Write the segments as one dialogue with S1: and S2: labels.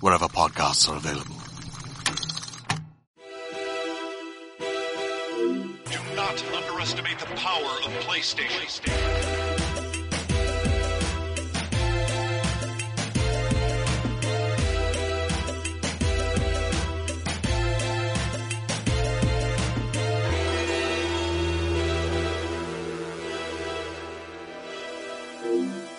S1: wherever podcasts are available.
S2: Do not underestimate the power of PlayStation.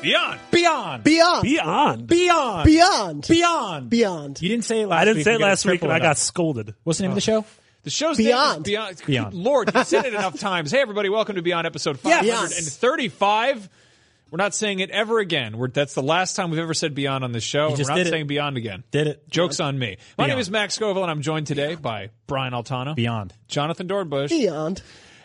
S3: Beyond.
S4: Beyond.
S5: Beyond.
S3: Beyond.
S4: Beyond.
S5: Beyond.
S4: Beyond.
S5: Beyond.
S4: You didn't say it last week.
S3: I didn't say
S4: You're
S3: it
S4: gonna
S3: last week,
S4: cripple
S3: and I
S4: it
S3: got
S4: up.
S3: scolded. Oh.
S4: What's the name of the show?
S3: The show's
S5: Beyond.
S3: name is Beyond.
S4: Beyond.
S3: Good Lord, you said it enough times. Hey, everybody, welcome to Beyond episode
S5: Yes.
S3: 535. We're not saying it ever again. We're, that's the last time we've ever said Beyond on this show. and
S4: just
S3: We're not
S4: did it.
S3: saying Beyond again.
S4: Did it.
S3: Joke's on me. My name
S4: Beyond.
S3: is Max Scoville, and I'm joined today by Brian Altano,
S4: Beyond.
S3: Jonathan Dornbush,
S5: Beyond.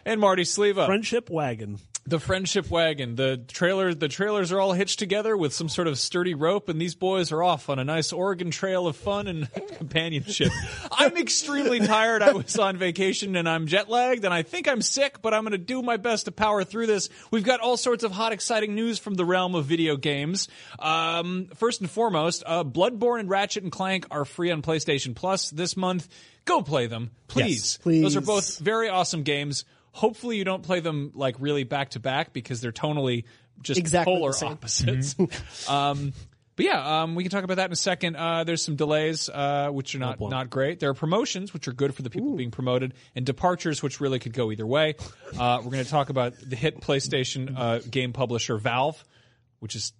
S3: and Marty Sleva.
S6: friendship wagon.
S3: the friendship wagon. The trailer, the trailers are all hitched together with some sort of sturdy rope, and these boys are off on a nice Oregon trail of fun and companionship. I'm extremely tired. I was on vacation and I'm jet lagged, and I think I'm sick, but I'm going to do my best to power through this. We've got all sorts of hot, exciting news from the realm of video games. Um, first and foremost, uh, Bloodborne and Ratchet and Clank are free on PlayStation Plus this month. Go play them, please. Those are
S5: please.
S3: both very awesome games. Hopefully, you don't play them like really back to back because they're tonally just
S5: Exactly
S3: polar
S5: the same. Mm-hmm.
S3: opposites. um, but yeah, um, we can talk about that in a second. Uh, there's some delays, uh, which are not not great. There are promotions, which are good for the people being promoted, and departures, which really could go either way. Uh, we're going to talk about the hit PlayStation uh, game publisher Valve, which is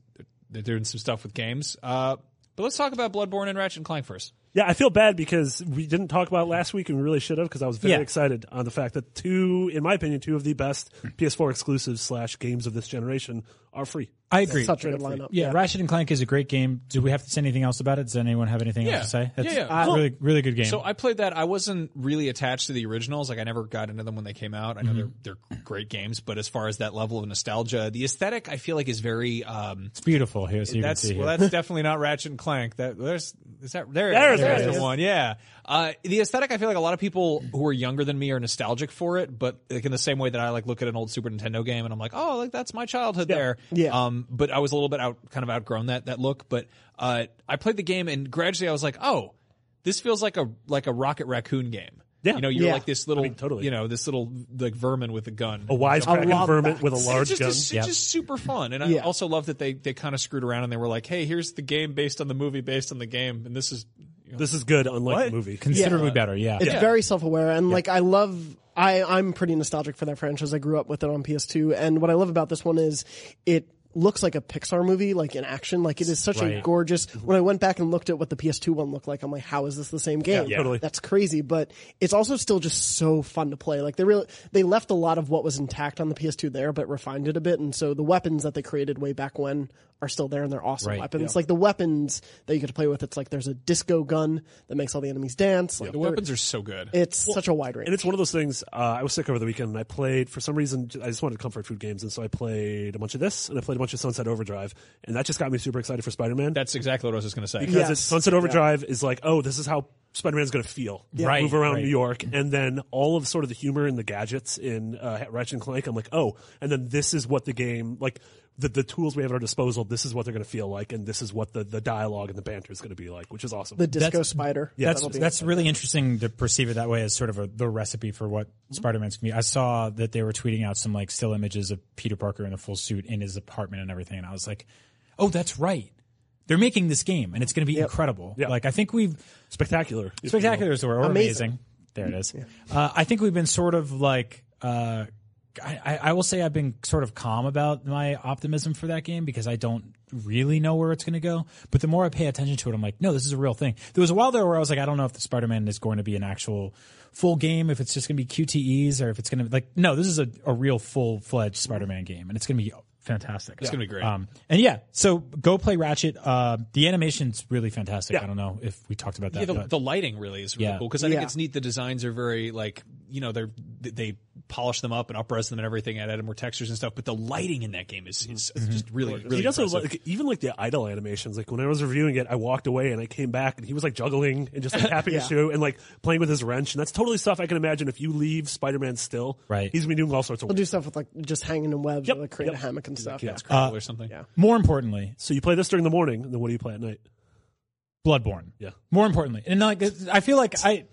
S3: they're doing some stuff with games. Uh, but let's talk about Bloodborne and Ratchet and Clank first.
S6: Yeah, I feel bad because we didn't talk about it last week and we really should have because I was very
S4: Yeah.
S6: excited on the fact that two, in my opinion, two of the best PS4 exclusives slash games of this generation are free.
S4: I agree.
S5: Such a good lineup.
S4: yeah, Ratchet and Clank is a great game. Do we have to say anything else about it? Does anyone have anything
S3: Yeah.
S4: else to say?
S3: Yeah, yeah.
S4: it's a really, really good game.
S3: So I played that. I wasn't really attached to the originals. Like I never got into them when they came out. I know they're they're great games, but as far as that level of nostalgia, the aesthetic I feel like is very. Um,
S4: it's beautiful here, so you can
S3: that's
S4: see
S3: well,
S4: here.
S3: that's definitely not Ratchet and Clank. That there's is that there.
S6: There it
S3: there's
S6: is.
S3: the one. Yeah, uh, the aesthetic. I feel like a lot of people who are younger than me are nostalgic for it, but like in the same way that I like look at an old Super Nintendo game and I'm like, oh, like that's my childhood there.
S5: Yeah.
S3: Um, but I was a little bit out, kind of outgrown that that look. But uh, I played the game and gradually I was like, oh, this feels like a like a Rocket Raccoon game.
S6: Yeah.
S3: You know, you're
S5: Yeah.
S3: like this little,
S6: totally.
S3: you know, this little like vermin with a gun.
S6: A wisecracking
S5: love
S6: vermin
S5: that.
S6: with a large
S3: It's just,
S6: gun.
S3: It's, it's just super fun, and I
S5: Yeah.
S3: also love that they they kind of screwed around and they were like, "Hey, here's the game based on the movie, based on the game," and this is you know,
S6: This is good, unlike
S3: What?
S6: the movie.
S4: Considerably better, yeah.
S5: It's very self-aware, and like I love. I I'm pretty nostalgic for that franchise. I grew up with it on PS2, and what I love about this one is it looks like a Pixar movie, like in action. Like it is such a
S4: Right. Mm-hmm.
S5: gorgeous. When I went back and looked at what the PS2 one looked like, I'm like, how is this the same game?
S6: Yeah, totally.
S5: That's crazy, but it's also still just so fun to play. Like they really they left a lot of what was intact on the PS2 there, but refined it a bit. And so the weapons that they created way back when are still there, and they're awesome
S4: Right,
S5: weapons. Like the weapons that you get to play with, it's like there's a disco gun that makes all the enemies dance. Like
S3: the
S5: they're-
S3: weapons are so good.
S5: it's such a wide range.
S6: And it's one of those things. Uh, I was sick over the weekend, and I played for some reason. j- I just wanted comfort food games, and so I played a bunch of this, and I played a bunch of Sunset Overdrive, and that just got me super excited for Spider Man.
S3: That's exactly what I was just gonna say.
S6: because
S5: Yes.
S6: it's Sunset Overdrive is like, oh, this is how Spider Man's going to feel.
S4: Right,
S6: Move around
S4: right.
S6: New York, and then all of sort of the humor and the gadgets in uh, Ratchet and Clank. I'm like, oh, and then this is what the game like. The, the tools we have at our disposal, this is what they're going to feel like, and this is what the, the dialogue and the banter is going to be like, which is awesome.
S5: the disco
S4: That's-
S5: spider.
S4: that's
S5: That'll be-
S4: that's really interesting to perceive it that way as sort of a, the recipe for what Spider-Man's gonna be. I saw that they were tweeting out some like still images of Peter Parker in a full suit in his apartment and everything, and I was like, "Oh, that's right. They're making this game, and it's going to be incredible.
S6: Yeah.
S4: Like I think we've
S6: Spectacular. if you will.
S4: spectacular is the word. Or amazing.
S5: Amazing.
S4: There it is. Uh, I think we've been sort of like. Uh, I, I- I will say I've been sort of calm about my optimism for that game because I don't really know where it's going to go. But the more I pay attention to it, I'm like, no, this is a real thing. There was a while there where I was like, I don't know if the Spider-Man is going to be an actual full game, if it's just going to be QTEs, or if it's going to be like, no, this is a, a real full-fledged Spider-Man game, and it's going to be fantastic. It's
S3: gonna be great.
S4: Um, and yeah, so go play Ratchet. Uh, the animation's really fantastic. I don't know if we talked about that.
S3: Yeah, the,
S4: but-
S3: the lighting really is really
S4: Yeah.
S3: cool because I think
S5: Yeah.
S3: it's neat. The designs are very like you know they're they polish them up and upres them and everything and add more textures and stuff. But the lighting in that game is, is just really really.
S6: he doesn't
S3: impressive.
S6: like even like the idle animations. Like when I was reviewing it, I walked away and I came back and he was like juggling and just like tapping his
S5: Yeah.
S6: shoe and like playing with his wrench. And that's totally stuff I can imagine if you leave Spider Man still.
S4: Right.
S6: He's gonna be doing all sorts of
S5: I'll
S6: weird
S5: do stuff with like just hanging in webs,
S6: Yep,
S5: or, like creating
S6: yep.
S5: a hammock and stuff.
S6: yeah.
S5: Yeah.
S3: Crackle or something.
S5: yeah.
S4: More importantly,
S6: So you play this during the morning, and then what do you play at night?
S4: Bloodborne.
S6: Yeah.
S4: More importantly, and like I feel like I,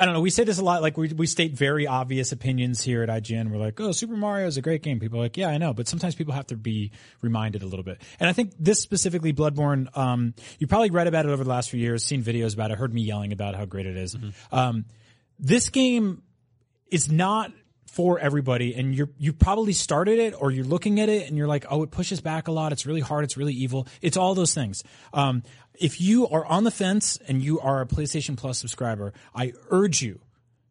S4: I don't know. We say this a lot. Like we we state very obvious opinions here at IGN. We're like, oh, Super Mario is a great game. People are like, yeah, I know. But sometimes people have to be reminded a little bit. And I think this specifically, Bloodborne. Um, you probably read about it over the last few years, seen videos about it, heard me yelling about how great it is. Um, this game it's not for everybody and you're you probably started it or you're looking at it and you're like oh it pushes back a lot it's really hard it's really evil it's all those things um, if you are on the fence and you are a playstation plus subscriber i urge you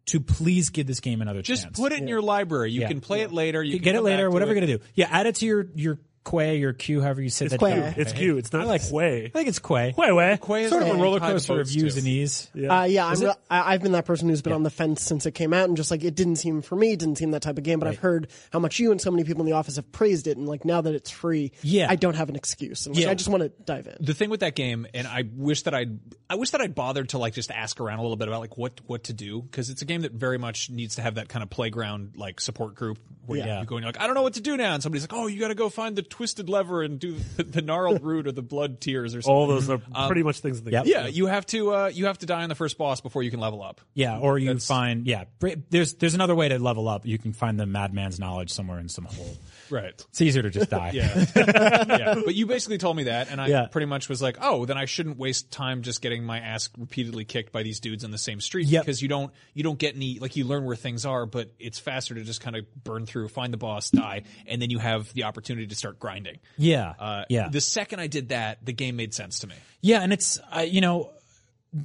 S4: to please give this game another
S3: Just
S4: chance
S3: put it in your library. You can play it later. You can
S4: get it
S3: come
S4: later
S3: back to
S4: whatever
S3: it.
S4: you're gonna do yeah add it to your your quay your q however you said that
S5: Quay.
S4: down.
S5: It's
S6: It's Q. It's not like Quay.
S4: i think it's quay
S6: Quay, way.
S3: Quay is
S4: sort of a
S3: the
S4: roller
S3: type
S4: coaster of
S3: folks
S4: views
S3: do.
S4: and e's
S5: Yeah, uh, yeah I'm, re- I, I've been that person who's been on the fence since it came out and just like it didn't seem for me, didn't seem that type of game. But I've heard how much you and so many people in the office have praised it, and like now that it's free,
S4: Yeah.
S5: I don't have an excuse. And like,
S4: Yeah.
S5: I just want to dive in.
S3: the thing with that game, and I wish that I'd, I wish that I'd bothered to like just ask around a little bit about like what, what to do. Cause it's a game that very much needs to have that kind of playground, like support group where
S4: Yeah.
S3: you go and you're like, I don't know what to do now. And somebody's like, Oh, you got to go find the twisted lever and do the, the gnarled root or the blood tears or something.
S6: All those are pretty much things. That they
S4: Yep.
S3: yeah. You have to, uh, you have to die on the first boss before you can level up.
S4: Yeah, or you find yeah. br- There's there's another way to level up. You can find the madman's knowledge somewhere in some hole.
S3: Right.
S4: It's easier to just die.
S3: Yeah. yeah. But you basically told me that, and I
S4: Yeah.
S3: pretty much was like, oh, then I shouldn't waste time just getting my ass repeatedly kicked by these dudes on the same street
S4: Yep.
S3: because you don't you don't get any like you learn where things are, but it's faster to just kind of burn through, find the boss, die, and then you have the opportunity to start grinding.
S4: yeah,
S3: Uh,
S4: yeah.
S3: The second I did that, the game made sense to me.
S4: Yeah, and it's uh, you know,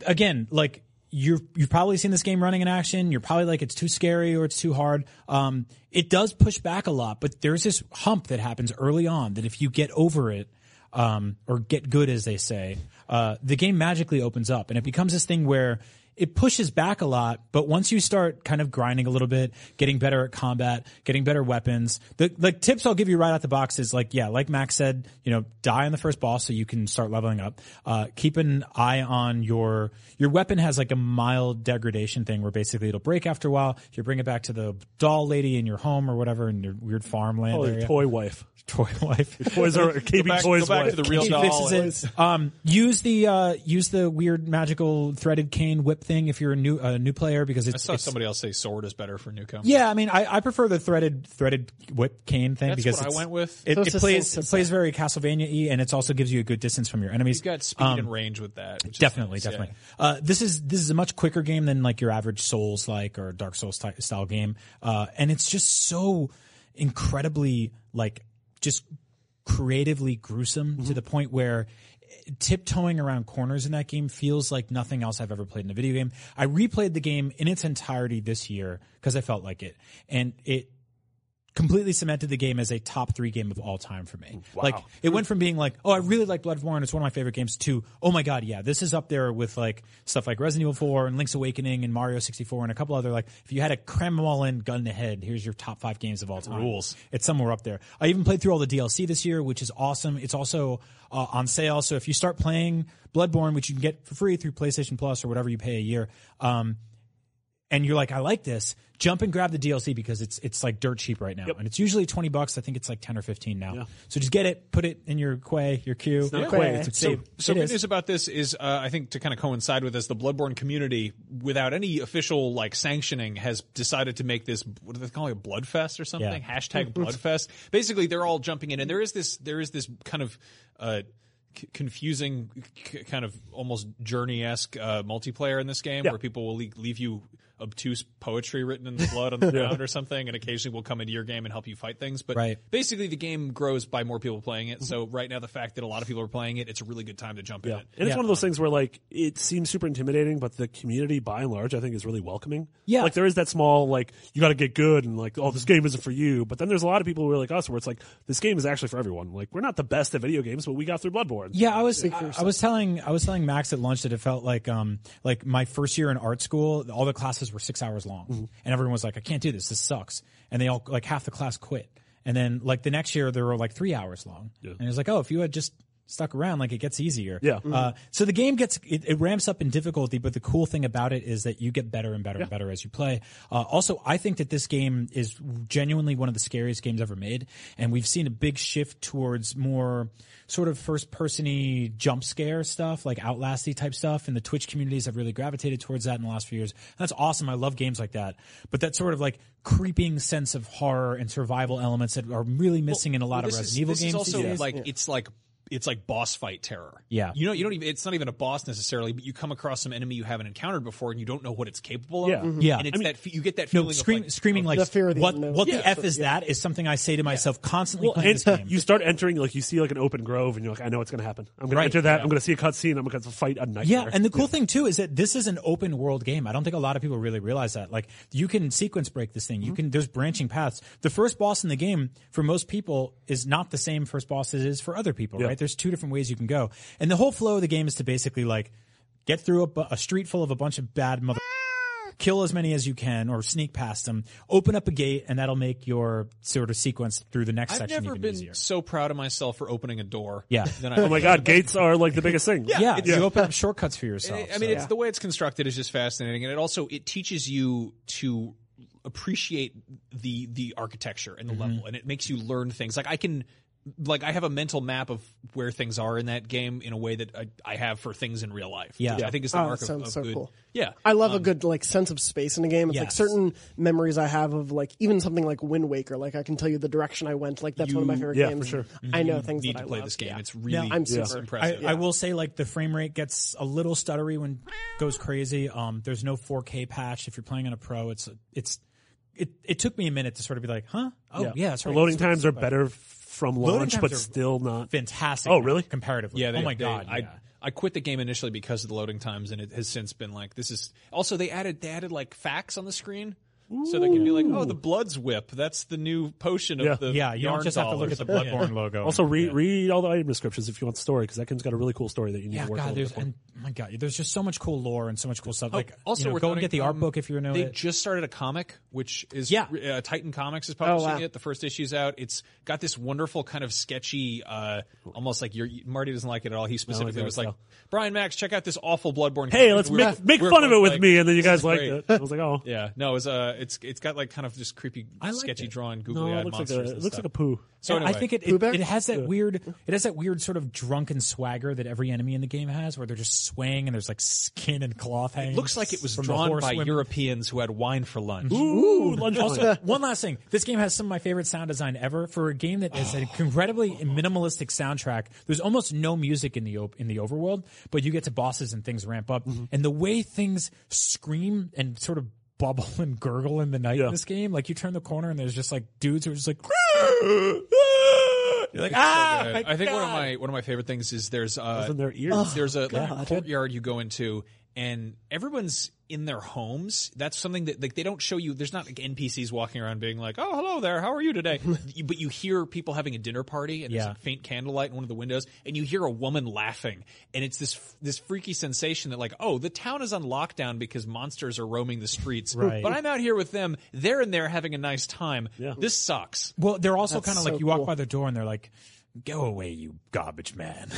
S4: again, like you've you've probably seen this game running in action. You're probably like it's too scary or it's too hard. Um, it does push back a lot, but there's this hump that happens early on that if you get over it, um, or get good as they say, uh, the game magically opens up and it becomes this thing where. It pushes back a lot, but once you start kind of grinding a little bit, getting better at combat, getting better weapons, the like tips I'll give you right out the box is like, yeah, like Max said, you know, die on the first boss so you can start leveling up. Uh, keep an eye on your your weapon has like a mild degradation thing where basically it'll break after a while. If you bring it back to the doll lady in your home or whatever in your weird farmland
S6: Oh, your
S4: area,
S6: toy wife.
S4: toy wife.
S6: Toys are KB
S3: back-
S6: toys.
S3: go back
S6: wife.
S3: to the real
S4: She
S3: doll.
S4: fixes it. Um, use the uh, use the weird magical threaded cane whip thing if you're a new a new player because
S3: I
S4: it's,
S3: saw
S4: it's-
S3: somebody else say sword is better for newcomers.
S4: yeah. I mean, I, I prefer the threaded threaded whip cane thing
S3: That's
S4: because
S3: what I
S4: it's-
S3: went with.
S4: It,
S5: So
S4: it
S5: it's a
S4: plays
S5: sense
S4: it
S5: of
S4: plays very Castlevania y and it also gives you a good distance from your enemies.
S3: You got speed and range with that. which is
S4: Um, Definitely,
S3: nice, yeah.
S4: definitely. Uh, this is this is a much quicker game than like your average Souls like or Dark Souls ty- style game, uh, and it's just so incredibly like just creatively gruesome
S3: Mm-hmm.
S4: to the point where tiptoeing around corners in that game feels like nothing else I've ever played in a video game. I replayed the game in its entirety this year because I felt like it, and it completely cemented the game as a top three game of all time for me. Like it went from being like, oh, I really like Bloodborne, it's one of my favorite games, to oh my god, yeah, this is up there with like stuff like Resident Evil 4 and Link's Awakening and Mario 64 and a couple other like if you had to cram them all in, gun to head, here's your top five games of all time. Rules. It's somewhere up there. I even played through all the DLC this year, which is awesome. It's also uh, on sale, so if you start playing Bloodborne, which you can get for free through PlayStation Plus or whatever you pay a year, um, and you're like, I like this, jump and grab the DLC because it's it's like dirt cheap right now, and it's usually twenty bucks. I think it's like ten or fifteen now. So just get it, put it in your quay, your queue.
S6: not Quay, it's a
S4: save.
S3: So
S4: It
S3: good
S4: is.
S3: news about this is, uh, I think, to kind of coincide with this, the Bloodborne community, without any official like sanctioning, has decided to make this what do they call it, a Bloodfest or something?
S4: Yeah.
S3: Hashtag Bloodfest. Basically, they're all jumping in, and there is this there is this kind of uh, c- confusing, c- kind of almost journey esque uh, multiplayer in this game, where people will le- leave you obtuse poetry written in the blood on the ground or something, and occasionally will come into your game and help you fight things. But
S4: Right.
S3: basically, the game grows by more people playing it. So right now, the fact that a lot of people are playing it, it's a really good time to jump in it.
S6: And it's one of those things where like it seems super intimidating, but the community by and large I think is really welcoming.
S4: Yeah.
S6: Like there is that small like you gotta get good and like, oh this game isn't for you. But then there's a lot of people who are like us where it's like this game is actually for everyone. Like we're not the best at video games, but we got through Bloodborne.
S4: Yeah, I was I, I was telling I was telling Max at lunch that it felt like um like my first year in art school, all the classes were six hours long,
S6: Mm-hmm.
S4: and everyone was like, "I can't do this. This sucks," and they all like half the class quit. And then like the next year, they were like three hours long, and it was like, "Oh, if you had just." Stuck around, like it gets easier.
S6: Yeah.
S4: Uh, so the game gets it, it ramps up in difficulty, but the cool thing about it is that you get better and better and better as you play. Uh, also, I think that this game is genuinely one of the scariest games ever made, and we've seen a big shift towards more sort of first persony jump scare stuff, like Outlasty type stuff, and the Twitch communities have really gravitated towards that in the last few years. And that's awesome. I love games like that, but that sort of like creeping sense of horror and survival elements that are really missing in a lot of
S3: This
S4: Resident
S3: is-
S4: Evil
S3: this
S4: games.
S3: Is also
S4: these days.
S3: like it's like it's like boss fight terror.
S4: Yeah.
S3: you know, you don't even. It's not even a boss necessarily, but you come across some enemy you haven't encountered before, and you don't know what it's capable of.
S6: Yeah. Mhm.
S4: Yeah.
S3: and it's
S4: I mean-
S3: that fe- you get that feeling
S4: No,
S3: of
S4: scream,
S3: like,
S4: screaming like
S5: the fear of the
S4: what,
S5: unknown.
S4: what the
S5: Yeah,
S4: f is that is something I say to myself constantly
S6: Well,
S4: playing
S6: and
S4: this game.
S6: you start entering like you see like an open grove and you're like, I know what's gonna happen. I'm gonna
S4: Right,
S6: enter that, I'm gonna see a cutscene, I'm gonna fight a nightmare.
S4: yeah, and the cool thing too is that this is an open world game. I don't think a lot of people really realize that. Like you can sequence break this
S3: Mm-hmm.
S4: thing. You can there's branching paths. The first boss in the game for most people is not the same first boss as it is for other people, right? There's two different ways you can go. And the whole flow of the game is to basically like get through a, bu- a street full of a bunch of bad mother kill as many as you can or sneak past them, open up a gate and that'll make your sort of sequence through the next
S3: I've
S4: section
S3: never
S4: even
S3: been
S4: easier.
S3: so proud of myself for opening a door.
S4: Yeah.
S3: Than I
S6: Oh my god, gates are like the biggest thing.
S4: yeah, you open up shortcuts for yourself.
S3: I mean, it's the way it's constructed is just fascinating, and it also it teaches you to appreciate the the architecture and the level, and it makes you learn things. Like I can, like I have a mental map of where things are in that game in a way that I, I have for things in real life.
S4: Yeah.
S3: which I think is the
S5: Oh,
S3: mark
S5: that
S3: of,
S5: sounds
S3: of
S5: so
S3: good.
S5: cool.
S3: Yeah,
S5: I love a good like sense of space in a game. It's like
S4: yes.
S5: certain memories I have of like even something like Wind Waker. Like I can tell you the direction I went. Like that's one of my favorite
S6: yeah, for
S5: games.
S6: sure.
S5: I know things
S3: need
S5: that
S3: to
S5: I
S3: play
S5: love.
S3: this game.
S5: Yeah.
S3: It's really
S5: I'm super-
S3: it's
S4: I,
S3: impressive.
S4: I will say like the frame rate gets a little stuttery when goes crazy. Um, there's no 4K patch. If you're playing on a pro, it's it's it. It took me a minute to sort of be like, huh? Oh yeah, that's
S6: The
S4: right.
S6: loading
S4: It's-
S6: times are better f- from launch,
S4: times
S6: but
S4: are
S6: still not
S4: fantastic.
S6: Oh, really?
S4: Comparatively,
S3: Yeah. They,
S4: oh my
S3: they-
S4: god.
S3: I,
S4: yeah.
S3: I quit the game initially because of the loading times, and it has since been like this is. Also, they added they added like facts on the screen. So they can be like, oh, the blood's whip. That's the new potion of
S6: Yeah.
S3: the
S4: yeah, you
S3: yarn
S4: don't just have to
S3: doll or
S4: look at the
S3: something. Yeah.
S4: Bloodborne logo.
S6: Also, read read all the item descriptions if you want the story, because that game's got a really cool story that you need
S4: yeah,
S6: to work on.
S4: God, there's and my God, there's just so much cool lore and so much cool stuff. Like,
S3: Oh, also
S4: also, you know,
S3: worth
S4: go and
S3: noting,
S4: get the art
S3: um,
S4: book if you're new.
S3: They
S4: at-
S3: just started a comic, which is
S4: Yeah.
S3: uh, Titan Comics is publishing
S5: wow.
S3: it. The first issue's out. It's got this wonderful kind of sketchy, uh, almost like your Marty doesn't like it at all. He specifically
S6: can
S3: was like,
S6: tell.
S3: "Brian Max, check out this awful Bloodborne."
S6: hey,
S3: comic."
S6: let's
S3: We were-
S6: make make
S3: we were
S6: fun of
S3: both
S6: it with
S3: like,
S6: me, and then you
S3: "This
S6: guys
S3: is
S6: liked
S3: great.
S6: it. I was like, oh,
S3: Yeah, no, it's uh, it's it's got like kind of just creepy,
S4: liked
S3: sketchy,
S4: it.
S3: drawn,
S6: no,
S3: googly-eyed
S6: Oh, it looks like
S3: monsters.
S6: a
S3: and
S6: it looks
S3: stuff.
S6: like a poo.
S3: so
S4: And
S3: anyway,
S4: I think it it,
S5: Pubeck?
S4: it has that weird it has that weird sort of drunken swagger that every enemy in the game has, where they're just swaying and there's like skin and cloth hanging.
S3: looks like it was
S4: from the
S3: drawn
S4: horse
S3: by
S4: women.
S3: Europeans who had wine for lunch.
S6: Ooh, lunch
S4: Also, one last thing. This game has some of my favorite sound design ever for a game that has an incredibly minimalistic soundtrack. There's almost no music in the op- in the overworld, but you get to bosses and things ramp up.
S3: Mm-hmm.
S4: And the way things scream and sort of bubble and gurgle in the night in this game, like you turn the corner and there's just like dudes who are just like You're like, ah,
S3: Uh,
S4: my
S3: I think one of
S4: God."
S3: my one of my favorite things is there's uh,
S6: in their ears.
S3: there's a, like, a courtyard you go into and everyone's in their homes. That's something that like they don't show you. There's not like NPCs walking around being like, "Oh, hello there, how are you today?" You- but you hear people having a dinner party and there's
S4: Yeah.
S3: like, faint candlelight in one of the windows, and you hear a woman laughing, and it's this this freaky sensation that like, oh, the town is on lockdown because monsters are roaming the streets.
S4: Right.
S3: But I'm out here with them. They're in there having a nice time. This sucks.
S4: Well, they're also kind of
S5: so
S4: like you walk
S5: cool.
S4: by the door and they're like, "Go away, you garbage man."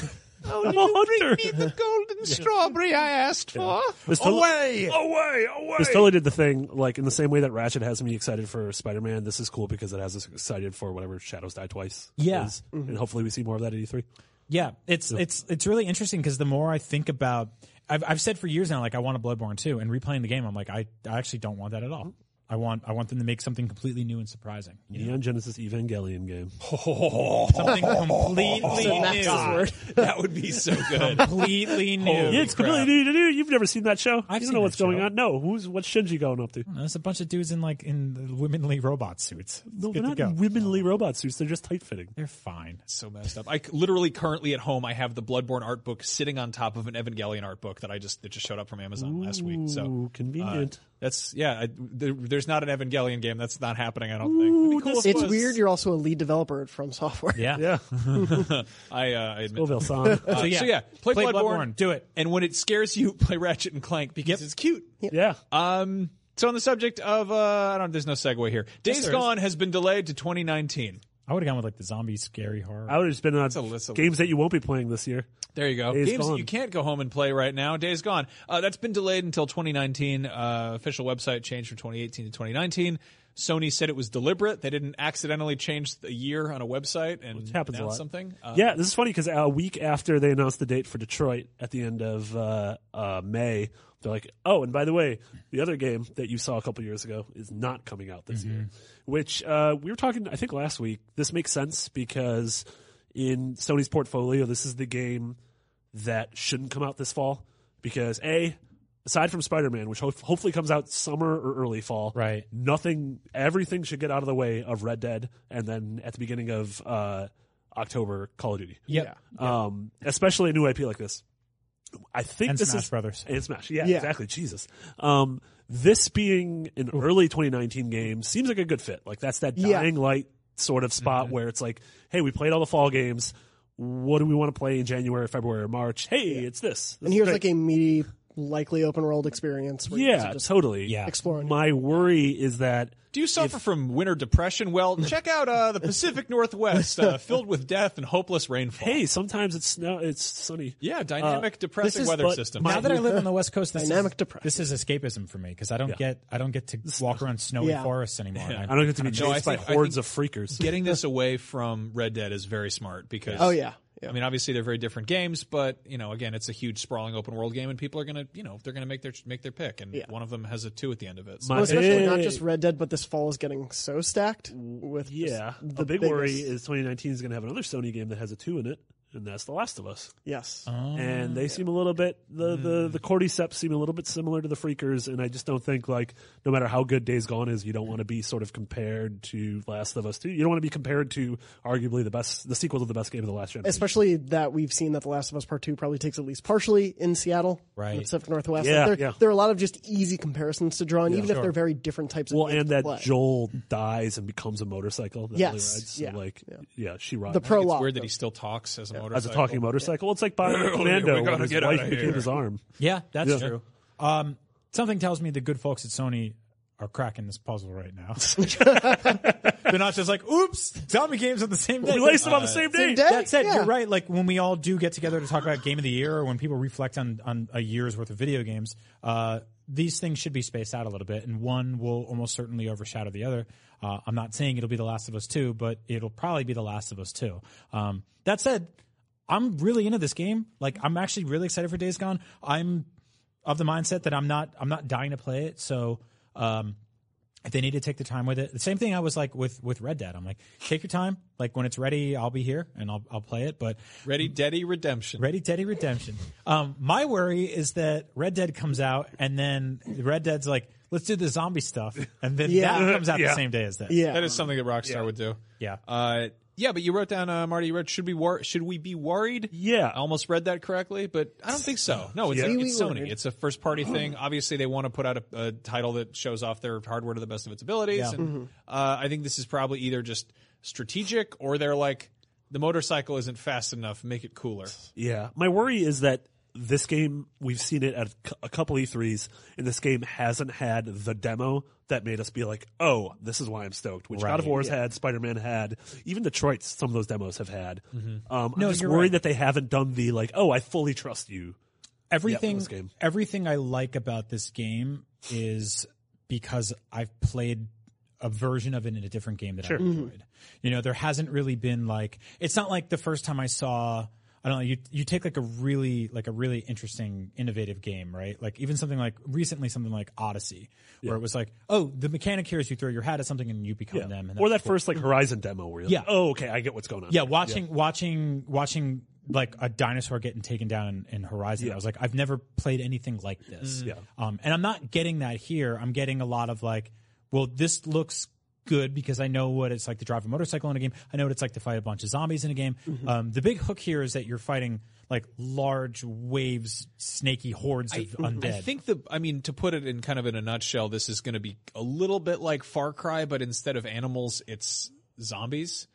S5: Oh,
S6: I'm a hunter.
S3: the golden strawberry I asked for.
S6: This totally-
S3: Away!
S6: Away, away. This totally did the thing, like in the same way that Ratchet has me excited for Spider-Man. This is cool because it has us excited for whatever Shadows Die Twice.
S4: Yeah.
S6: is.
S3: Mm-hmm.
S6: and hopefully we see more of that at E E3.
S4: yeah, it's it's it's really interesting because the more I think about, I've I've said for years now, like I want a Bloodborne too, and replaying the game, I'm like, I, I actually don't want that at all. I want I want them to make something completely new and surprising. you know?
S6: Neon Genesis Evangelion game.
S4: Something completely new.
S3: that would be so good.
S4: completely new.
S6: Yeah, it's completely new to you. You've never seen that show.
S4: I've
S6: you
S4: seen
S6: don't know what's
S4: that
S6: going
S4: show. Hmm,
S6: on. No, who's what's Shinji going up to?
S4: There's a bunch of dudes in like in the womanly robot suits. It's
S6: No,
S4: good
S6: they're
S4: to
S6: not
S4: go.
S6: womenly robot suits. They're just tight fitting.
S4: They're fine.
S3: so messed up. I c- literally currently at home I have the Bloodborne art book sitting on top of an Evangelion art book that I just that just showed up from Amazon last week. So
S6: Ooh, convenient.
S3: that's yeah. I, there, there's not an Evangelion game. That's not happening. I don't think. It'd be cool if it
S5: It's
S3: was.
S5: weird. You're also a lead developer at From Software.
S4: Yeah.
S6: yeah,
S3: I, uh, I admit.
S6: Scoville San.
S3: Uh, so, yeah. play,
S4: Play
S3: Bloodborne.
S4: Bloodborne. Do it.
S3: And when it scares you, play Ratchet and Clank because it's cute.
S6: yeah.
S3: Um. So on the subject of uh, I don't. There's no segue here. Days
S4: there is.
S3: Gone has been delayed to 2019.
S4: I would have gone with like the zombie scary horror.
S6: I would have been on
S3: a- that's a-
S6: games that you won't be playing this year.
S3: There you go.
S6: Days
S3: Games that
S6: Gone.
S3: you can't go home and play right now. Days Gone. Uh, that's been delayed until 2019. Uh, official website changed from 2018 to 2019. Sony said it was deliberate. They didn't accidentally change the year on a website and
S6: happens a
S3: announce
S6: lot.
S3: something. Uh,
S6: yeah, this is funny because a week after they announced the date for Detroit at the end of uh, uh, May, they're like, "Oh, and by the way, the other game that you saw a couple years ago is not coming out this year." Which uh, we were talking, I think, last week. This makes sense because in Sony's portfolio, this is the game that shouldn't come out this fall because a aside from spider-man which ho- hopefully comes out summer or early fall
S4: Right.
S6: nothing everything should get out of the way of red dead and then at the beginning of uh october call of duty
S4: Yep.
S6: um especially a new ip like this i think
S4: And
S6: this
S4: Smash
S6: is
S4: Brothers.
S6: and smash yeah,
S5: Yeah.
S6: exactly jesus um this being an early 2019 game seems like a good fit like that's that
S5: Yeah.
S6: dying light sort of spot where it's like hey we played all the fall games what do we want to play in january february or march hey it's this,
S5: And here's like a meaty, likely open world experience. Where you
S6: yeah,
S5: can just
S6: totally.
S4: Yeah.
S5: explore.
S6: My worry is that
S3: Do you suffer from winter depression? Well, check out uh, the Pacific Northwest, uh, filled with death and hopeless rainfall.
S6: hey, sometimes it's snow, it's sunny.
S3: yeah, dynamic,
S6: this
S3: depressing
S6: is-
S3: weather
S6: but
S3: system.
S4: now that I live on the West Coast, this
S5: Dynamic
S4: is,
S5: depression.
S4: This is escapism for me because I don't get I don't get to walk around snowy
S5: Yeah.
S4: forests anymore. I,
S6: I don't get to be
S3: No, I
S6: chased by
S3: think- I
S6: hordes
S3: think-
S6: of freakers.
S3: Getting this away from Red Dead is very smart because
S5: oh yeah. yeah.
S3: I mean, obviously they're very different games, but you know, again, it's a huge sprawling open world game, and people are gonna, you know, they're gonna make their make their pick, and one of them has a two at the end of it. So.
S6: My-
S5: Well, especially not
S6: Hey.
S5: just Red Dead, but this fall is getting so stacked with just
S6: yeah. The big
S5: biggest-
S6: worry is 2019 is going to have another Sony game that has a two in it, and that's The Last of Us.
S5: yes.
S6: Uh-huh. and they seem a little bit the the the cordyceps seem a little bit similar to the freakers, and I just don't think like no matter how good Days Gone is, you don't want to be sort of compared to Last of Us two. You don't want to be compared to arguably the best the sequel to the best game of the last generation.
S5: Especially that we've seen that The Last of Us Part Two probably takes at least partially in Seattle, in
S4: Right.
S5: the Pacific Northwest.
S6: Yeah,
S5: there,
S6: yeah.
S5: there are a lot of just easy comparisons to draw, and even if
S4: Sure.
S5: they're very different types of
S6: Well,
S5: games
S6: and
S5: to
S6: that
S5: play.
S6: Joel dies and becomes a motorcycle. That
S5: Yes,
S6: Ellie rides. So,
S5: yeah,
S6: Like, yeah. she rides
S5: the prologue,
S3: it's weird that he still talks as a
S6: as
S3: motorcycle.
S6: a talking motorcycle. It's like Bionic Commando
S3: gotta
S6: when his
S3: get
S6: wife
S3: outta
S6: became
S3: here.
S6: his arm.
S4: Yeah, that's
S6: Yeah.
S4: true. Um, something tells me the good folks at Sony are cracking this puzzle right now. They're not just like, "Oops, zombie games on the same Uh, day."
S6: Released them on the same day.
S5: day.
S4: That said,
S5: Yeah.
S4: you're right. Like when we all do get together to talk about game of the year, or when people reflect on on a year's worth of video games, uh, these things should be spaced out a little bit, and one will almost certainly overshadow the other. Uh, I'm not saying it'll be The Last of Us Two, but it'll probably be The Last of Us Two. Um, that said, I'm really into this game. Like I'm actually really excited for Days Gone. I'm of the mindset that I'm not I'm not dying to play it. So um, if they need to take the time with it, the same thing I was like with with Red Dead. I'm like, take your time. Like when it's ready, I'll be here and I'll I'll play it. But
S3: Ready, Deady, Redemption.
S4: Ready Teddy Redemption. Um, my worry is that Red Dead comes out and then Red Dead's like, let's do the zombie stuff, and then
S5: Yeah.
S4: that comes out
S6: Yeah.
S4: the same day as that.
S5: yeah,
S3: That is something that Rockstar would do.
S4: Yeah.
S3: Uh, yeah, but you wrote down, uh, Marty. You wrote, should we wor- should we be worried?
S6: Yeah.
S3: I almost read that correctly, but I don't think so. No, it's,
S5: Yeah.
S3: it's
S5: We
S3: Sony.
S5: worried.
S3: It's a first party thing. Obviously, they want to put out a, a title that shows off their hardware to the best of its abilities.
S4: Yeah.
S3: And uh, I think this is probably either just strategic or they're like the motorcycle isn't fast enough. Make it cooler.
S6: Yeah. My worry is that this game, we've seen it at c- a couple E3s, and this game hasn't had the demo that made us be like, oh, this is why I'm stoked, which God of
S4: Right.
S6: War's had, Spider Man had, even Detroit, some of those demos have had. Um, I'm
S4: Mm-hmm. No,
S6: just
S4: you're
S6: worried
S4: right.
S6: that they haven't done the, like, oh, I fully trust you.
S4: everything
S6: this game.
S4: everything I like about this game is because I've played a version of it in a different game that I enjoyed. You know, there hasn't really been like it's not like the first time I saw I don't know. You you take like a really like a really interesting innovative game, right? Like even something like recently something like Odyssey, where it was like, oh, the mechanic here is you throw your hat at something and you become
S6: Yeah.
S4: them, and
S6: or that
S4: that's cool.
S6: first like Horizon demo where you're
S4: Yeah.
S6: like, oh, okay, I get what's going on.
S4: yeah, watching watching watching like a dinosaur getting taken down in, in Horizon. I was like, I've never played anything like
S3: Mm-hmm.
S4: this.
S6: Yeah.
S4: Um, and I'm not getting that here. I'm getting a lot of like, well, this looks good because I know what it's like to drive a motorcycle in a game. I know what it's like to fight a bunch of zombies in a game.
S3: Mm-hmm.
S4: Um, the big hook here is that you're fighting like large waves, snaky hordes of undead.
S3: I think the I mean to put it in kind of in a nutshell, this is going to be a little bit like Far Cry, but instead of animals, it's zombies,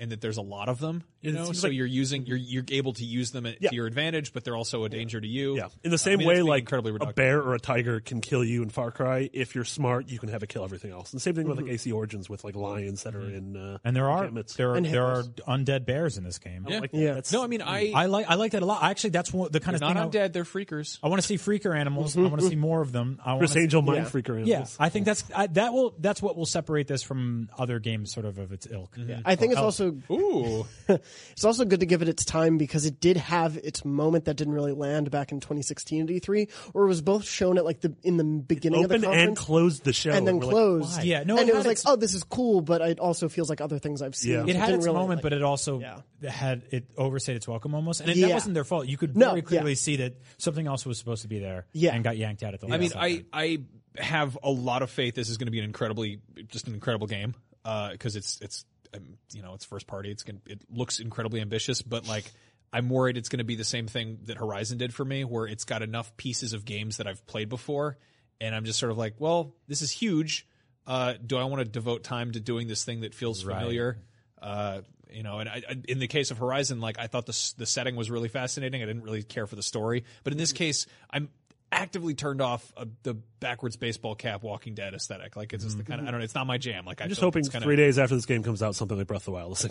S3: and that there's a lot of them. You
S6: It
S3: know,
S6: seems
S3: so
S6: like-
S3: you're using you're you're able to use them at,
S6: Yeah.
S3: to your advantage, but they're also a danger to you.
S6: Yeah. In the
S3: I
S6: same
S3: mean, it's
S6: way,
S3: being
S6: like
S3: incredibly
S6: a
S3: reductive.
S6: bear or a tiger can kill you in Far Cry. If you're smart, you can have it kill everything else. And same thing
S3: Mm-hmm.
S6: with like AC Origins with like lions that are in. Uh,
S4: and there are
S6: encampments.
S4: there are
S5: And
S4: there are undead bears in this game.
S3: Yeah.
S6: like,
S5: Yeah.
S6: that's-
S3: No, I mean I.
S4: I like I like that a lot. Actually, that's one, the kind
S3: they're
S4: of thing I-
S3: not undead, Mm-hmm. they're freakers.
S4: I want to see freaker animals. I want to see more of them. I want
S6: Chris
S4: to
S6: Angel Mind
S5: yeah.
S6: Freaker.
S4: Yeah,
S6: animals.
S4: I think that's I, that will that's what will separate this from other games, sort of of its ilk.
S3: Mm-hmm.
S5: I think it's also
S3: Ooh,
S5: it's also good to give it its time because it did have its moment that didn't really land back in 2016 at E3, where it was both shown at like the in the beginning of
S6: Open
S5: the
S6: and
S5: conference
S6: closed the show
S5: and then
S6: we're like,
S5: closed.
S4: why? Yeah, no,
S5: and
S4: it
S5: it was
S4: had
S5: like,
S4: its-
S5: oh, this is cool, but it also feels like other things I've seen.
S6: Yeah.
S5: so
S4: It had
S5: didn't
S4: its
S5: really,
S4: moment,
S5: like-
S4: but it also
S5: Yeah.
S4: had it overstayed its welcome almost, and it, that
S5: Yeah.
S4: wasn't their fault. You could
S5: No,
S4: very clearly
S5: yeah.
S4: see that something else was supposed to be there,
S5: Yeah.
S4: and got yanked out at the last.
S3: I mean,
S4: second.
S3: I I have a lot of faith. This is going to be an incredibly just an incredible game because it's it's um, you know it's first party. It's going to it looks incredibly ambitious, but like I'm worried it's going to be the same thing that Horizon did for me, where it's got enough pieces of games that I've played before, and I'm just sort of like, well, this is huge. Uh, do I want to devote time to doing this thing that feels familiar? Uh, you know, and I, I- in the case of Horizon, like I thought the s- the setting was really fascinating. I didn't really care for the story, but in this case, I'm actively turned off uh, the backwards baseball cap Walking Dead aesthetic. Like it's just the kind of I don't know. It's not my jam. Like
S6: Mm-hmm. I'm just hoping
S3: kind
S6: three days after this game comes out, something like Breath of the Wild is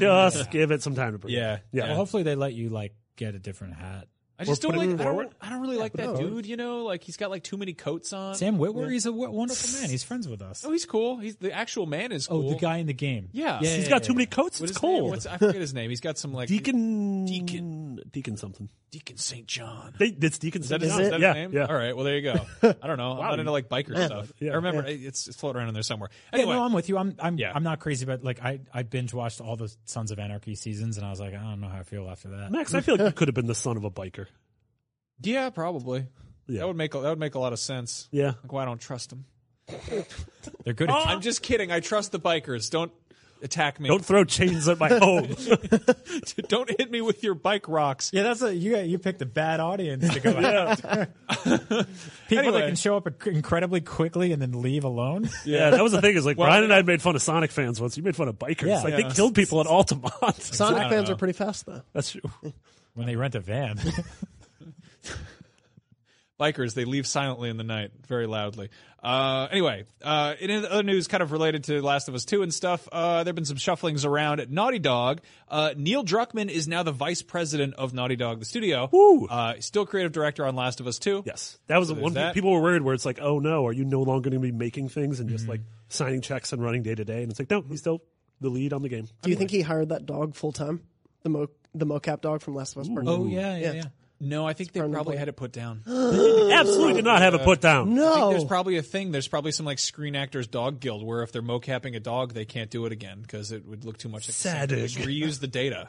S6: just give it some time to breathe.
S3: Yeah,
S6: yeah.
S4: well, hopefully they let you like get a different hat.
S3: I just
S6: Or
S3: don't
S6: put it
S3: like. I
S6: forward.
S3: don't, I don't really like that dude. You know, like he's got like too many coats on.
S4: Sam Witwer, he's a w- wonderful man. He's friends with us.
S3: Oh, he's cool. He's the actual man is
S4: Oh,
S3: cool.
S4: the guy in the game.
S3: Yeah.
S6: He's got too many coats.
S3: What is
S6: it's
S3: his name?
S6: cold.
S3: What's, I forget his name. He's got some like
S6: Deacon.
S3: Deacon.
S6: Deacon something.
S3: Deacon St. John.
S6: They, it's Deacon
S3: Is that,
S6: something.
S3: his, is that his
S6: yeah,
S3: name?
S6: Yeah.
S3: All right. Well, there you go. I don't know. I'm not into like biker stuff.
S6: Yeah,
S3: I remember it's, it's floating around in there somewhere. Anyway,
S4: Yeah, no, I'm with you. I'm I'm
S3: Yeah.
S4: I'm not crazy, but like I I binge watched all the Sons of Anarchy seasons, and I was like, I don't know how I feel after that.
S6: Max, I feel like you could have been the son of a biker.
S3: yeah, probably.
S6: Yeah.
S3: That would make a- that would make a lot of sense.
S6: Yeah. Oh!
S3: Like why I don't trust him.
S4: They're good. At
S3: I'm just kidding. Oh, I trust the bikers. Don't attack me.
S6: Don't throw chains at my home.
S3: Don't hit me with your bike rocks.
S4: Yeah, that's a you. You picked a bad audience to go out. People
S3: Anyway.
S4: that can show up inc- incredibly quickly and then leave alone.
S6: yeah, that was the thing. Is like Brian
S3: they-
S6: and I made fun of Sonic fans once. You made fun of bikers.
S4: Yeah.
S6: like
S3: Yeah.
S6: they killed people at Altamont.
S5: Sonic fans are pretty fast though.
S6: That's true.
S4: When they rent a van,
S3: bikers they leave silently in the night very loudly uh, anyway uh, in other news kind of related to last of us 2 and stuff uh, there have been some shufflings around at naughty dog uh, neil druckmann is now the vice president of naughty dog the studio
S6: Woo.
S3: Uh, still creative director on last of us 2
S6: Yes, that was
S3: there's
S6: one. thing
S3: that.
S6: People were worried where it's like, oh no, are you no longer going to be making things and just like signing checks and running day to day? And it's like, no, he's still the lead on the game.
S5: Do you think he hired that dog full time? The mo the mocap dog from Last of Us Part
S3: Oh,
S5: Two?
S4: yeah, yeah, yeah.
S3: no i think they probably had it put down I
S6: Absolutely did not have it put down.
S3: think
S5: No,
S3: there's probably a thing there's probably some like screen actors dog guild where if they're mocapping a dog they can't do it again because it would look too much like the same
S6: Sad.
S3: thing. Just reuse the data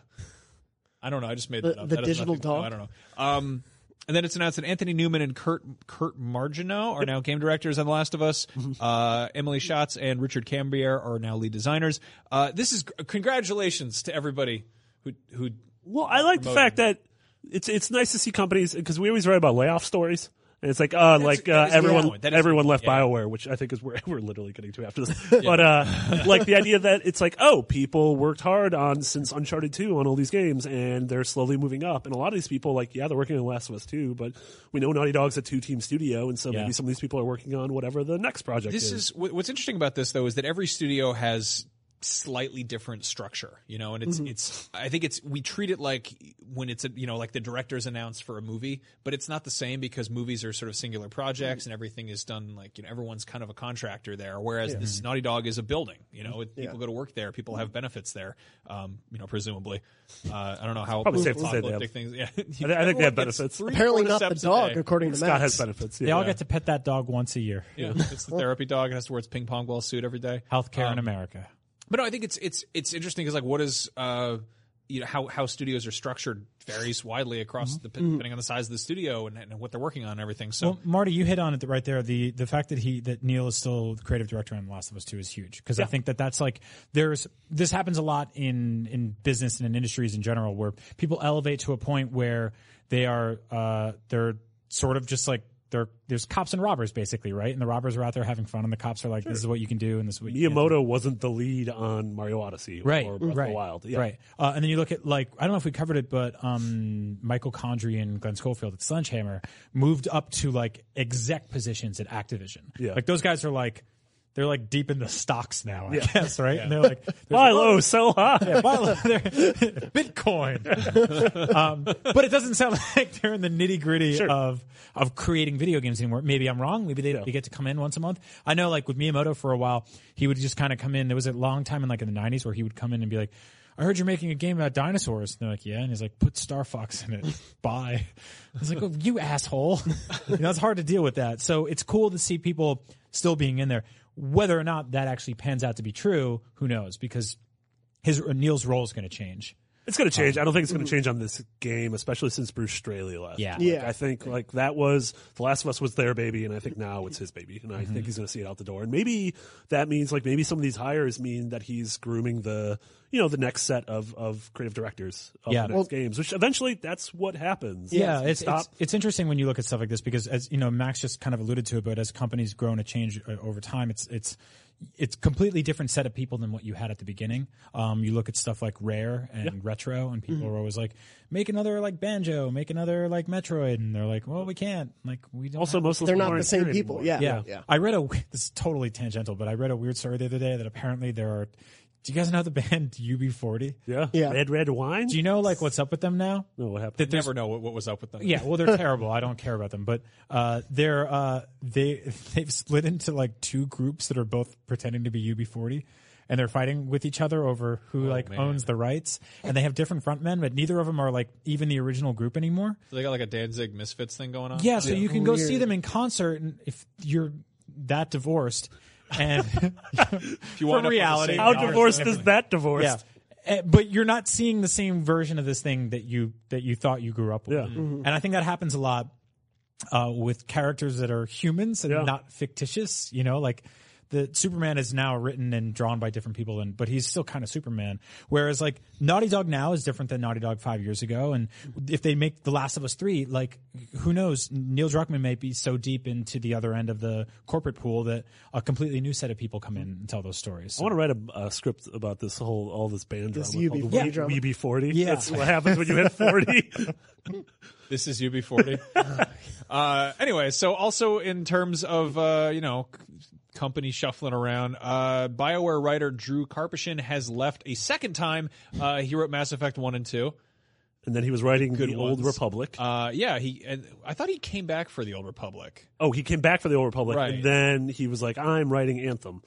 S3: I don't know. I just made
S5: The-
S3: that up.
S5: the
S3: That has
S5: digital
S3: nothing- no,
S5: dog?
S3: I don't know. Um, and then it's announced that Anthony Newman and Kurt Kurt Margineau are now game directors on The Last of Us. Uh, Emily Schatz and Richard Cambier are now lead designers. Uh, this is congratulations to everybody who who.
S6: Well, I like the fact that it's it's nice to see companies because we always write about layoff stories. And it's like, uh, like uh,
S3: that is a good
S6: everyone,
S3: point. That is a
S6: everyone
S3: good
S6: left
S3: point, yeah.
S6: Bioware, which I think is where we're literally getting to after this. But uh, like the idea that it's like, oh, people worked hard on since Uncharted Two on all these games, and they're slowly moving up. And a lot of these people, like, yeah, they're working on Last of Us Two, but we know Naughty Dog's a two-team studio, and so
S4: Yeah.
S6: maybe some of these people are working on whatever the next project
S3: This
S6: is.
S3: is what- what's interesting about this though is that every studio has slightly different structure, you know, and it's
S6: Mm-hmm.
S3: it's I think it's we treat it like when it's a, you know like the director's announced for a movie, but it's not the same because movies are sort of singular projects
S6: Mm-hmm.
S3: and everything is done like you know everyone's kind of a contractor there, whereas
S6: Mm-hmm.
S3: this Naughty Dog is a building, you know, it, people go to work there, people have benefits there, um, you know, presumably. Uh, I don't know how
S6: Probably safe to say they have-
S3: apocalyptic things. Yeah,
S6: I think they have benefits.
S5: Apparently not the dog, according to
S6: Scott
S5: Max.
S6: has benefits.
S4: They all get to pet that dog once a year.
S3: Yeah, it's the therapy dog. It has to wear its ping pong ball suit every day.
S4: Healthcare
S3: Um,
S4: in America.
S3: But no, I think it's it's it's interesting because like what is uh you know how how studios are structured varies widely across
S6: Mm-hmm.
S3: the, depending on the size of the studio and, and what they're working on and everything. So
S4: Well, Marty, you hit on it right there. The the fact that he that Neil is still the creative director on The Last of Us Two is huge because I think that that's like there's this happens a lot in in business and in industries in general where people elevate to a point where they are uh they're sort of just like. They're, there's cops and robbers basically, right? And the robbers are out there having fun, and the cops are like, "This is what you can do, and this is what you can't do.
S6: Miyamoto wasn't the lead on Mario Odyssey
S4: right,
S6: or Breath
S4: right,
S6: of the Wild. Yeah.
S4: Right. Uh, and then you look at like I don't know if we covered it, but um, Michael Condrey and Glenn Schofield at Sledgehammer moved up to like exec positions at Activision.
S6: Yeah.
S4: Like those guys are like they're like deep in the stocks now, I guess, right? And they're like
S6: Buy low, sell high.
S4: Well, they're- Bitcoin. um, but it doesn't sound like they're in the nitty gritty of of creating video games anymore. Maybe I'm wrong. Maybe they, they get to come in once a month. I know, like with Miyamoto for a while, he would just kind of come in. There was a long time in like in the '90s where he would come in and be like, "I heard you're making a game about dinosaurs." And they're like, "Yeah," and he's like, "Put Star Fox in it." Bye. I was like, oh, "You asshole." you know, it's hard to deal with that. So it's cool to see people still being in there. Whether or not that actually pans out to be true, who knows? Because his uh, Neil's role is going to change.
S6: It's going to change. I don't think it's going to change on this game, especially since Bruce Straley left.
S4: Yeah.
S6: Like,
S5: Mm-hmm. Yeah.
S6: I think like that was The Last of Us was their baby, and I think now it's his baby, and
S4: Mm-hmm.
S6: I think he's going to see it out the door. And maybe that means like maybe some of these hires mean that he's grooming the you know the next set of of creative directors of
S4: Yeah.
S6: the next
S4: Well-
S6: games, which eventually that's what happens.
S4: Yeah, it's,
S6: Stop.
S4: it's it's interesting when you look at stuff like this because as you know, Max just kind of alluded to it, but as companies grow and change uh, over time, it's it's it's completely different set of people than what you had at the beginning. Um, you look at stuff like Rare and Retro, and people are always like, make another like Banjo, make another like Metroid, and they're like, well, we can't. Like we don't
S6: also
S4: have-
S6: most of
S5: They're
S6: them
S5: not the
S6: aren't
S5: same
S6: here
S5: people.
S6: anymore.
S5: Yeah.
S4: yeah. I read a this is totally tangential, but I read a weird story the other day that apparently there are. Do you guys know the band UB40?
S6: yeah,
S5: Yeah.
S6: Red red wine.
S4: Do you know like what's up with them now?
S6: know what happened?
S3: you never know what, what was up with them.
S4: Yeah, well, they're terrible. I don't care about them, but uh, they're uh, they they've split into like two groups that are both pretending to be UB40, and they're fighting with each other over who
S3: Oh,
S4: like owns the rights. And they have different frontmen, but neither of them are like even the original group anymore.
S3: So they got like a Danzig Misfits thing going on.
S4: Yeah, so you can go see them in concert, and if you're that divorced, and
S3: you wind up
S4: from
S3: with the
S4: reality,
S3: same
S6: How
S3: Yeah.
S6: divorced is that divorce?
S4: Yeah. Eh, But you're not seeing the same version of this thing that you that you thought you grew up with,
S6: Yeah. Mm-hmm.
S4: and I think that happens a lot uh, with characters that are humans and
S6: Yeah.
S4: not fictitious. You know, like the Superman is now written and drawn by different people, and but he's still kind of Superman. Whereas like Naughty Dog now is different than Naughty Dog five years ago, and if they make The Last of Us three, like who knows? Neil Druckmann may be so deep into the other end of the corporate pool that a completely new set of people come in and tell those stories.
S6: I want to write a, a script about this whole all this band
S5: This
S6: drama called
S5: UB40
S6: the
S5: drama.
S6: UB forty.
S4: Yeah.
S6: That's what happens when you hit forty.
S3: This is UB40. uh, anyway, so also in terms of, uh, you know, c- company shuffling around, uh, BioWare writer Drew Karpyshyn has left a second time. Uh, he wrote Mass Effect 1 and 2.
S6: and then he was writing the
S3: ones.
S6: Old Republic.
S3: Uh, yeah, he and I thought he came back for the Old Republic.
S6: oh, he came back for the Old Republic,
S3: Right.
S6: and then he was like, "I'm writing Anthem."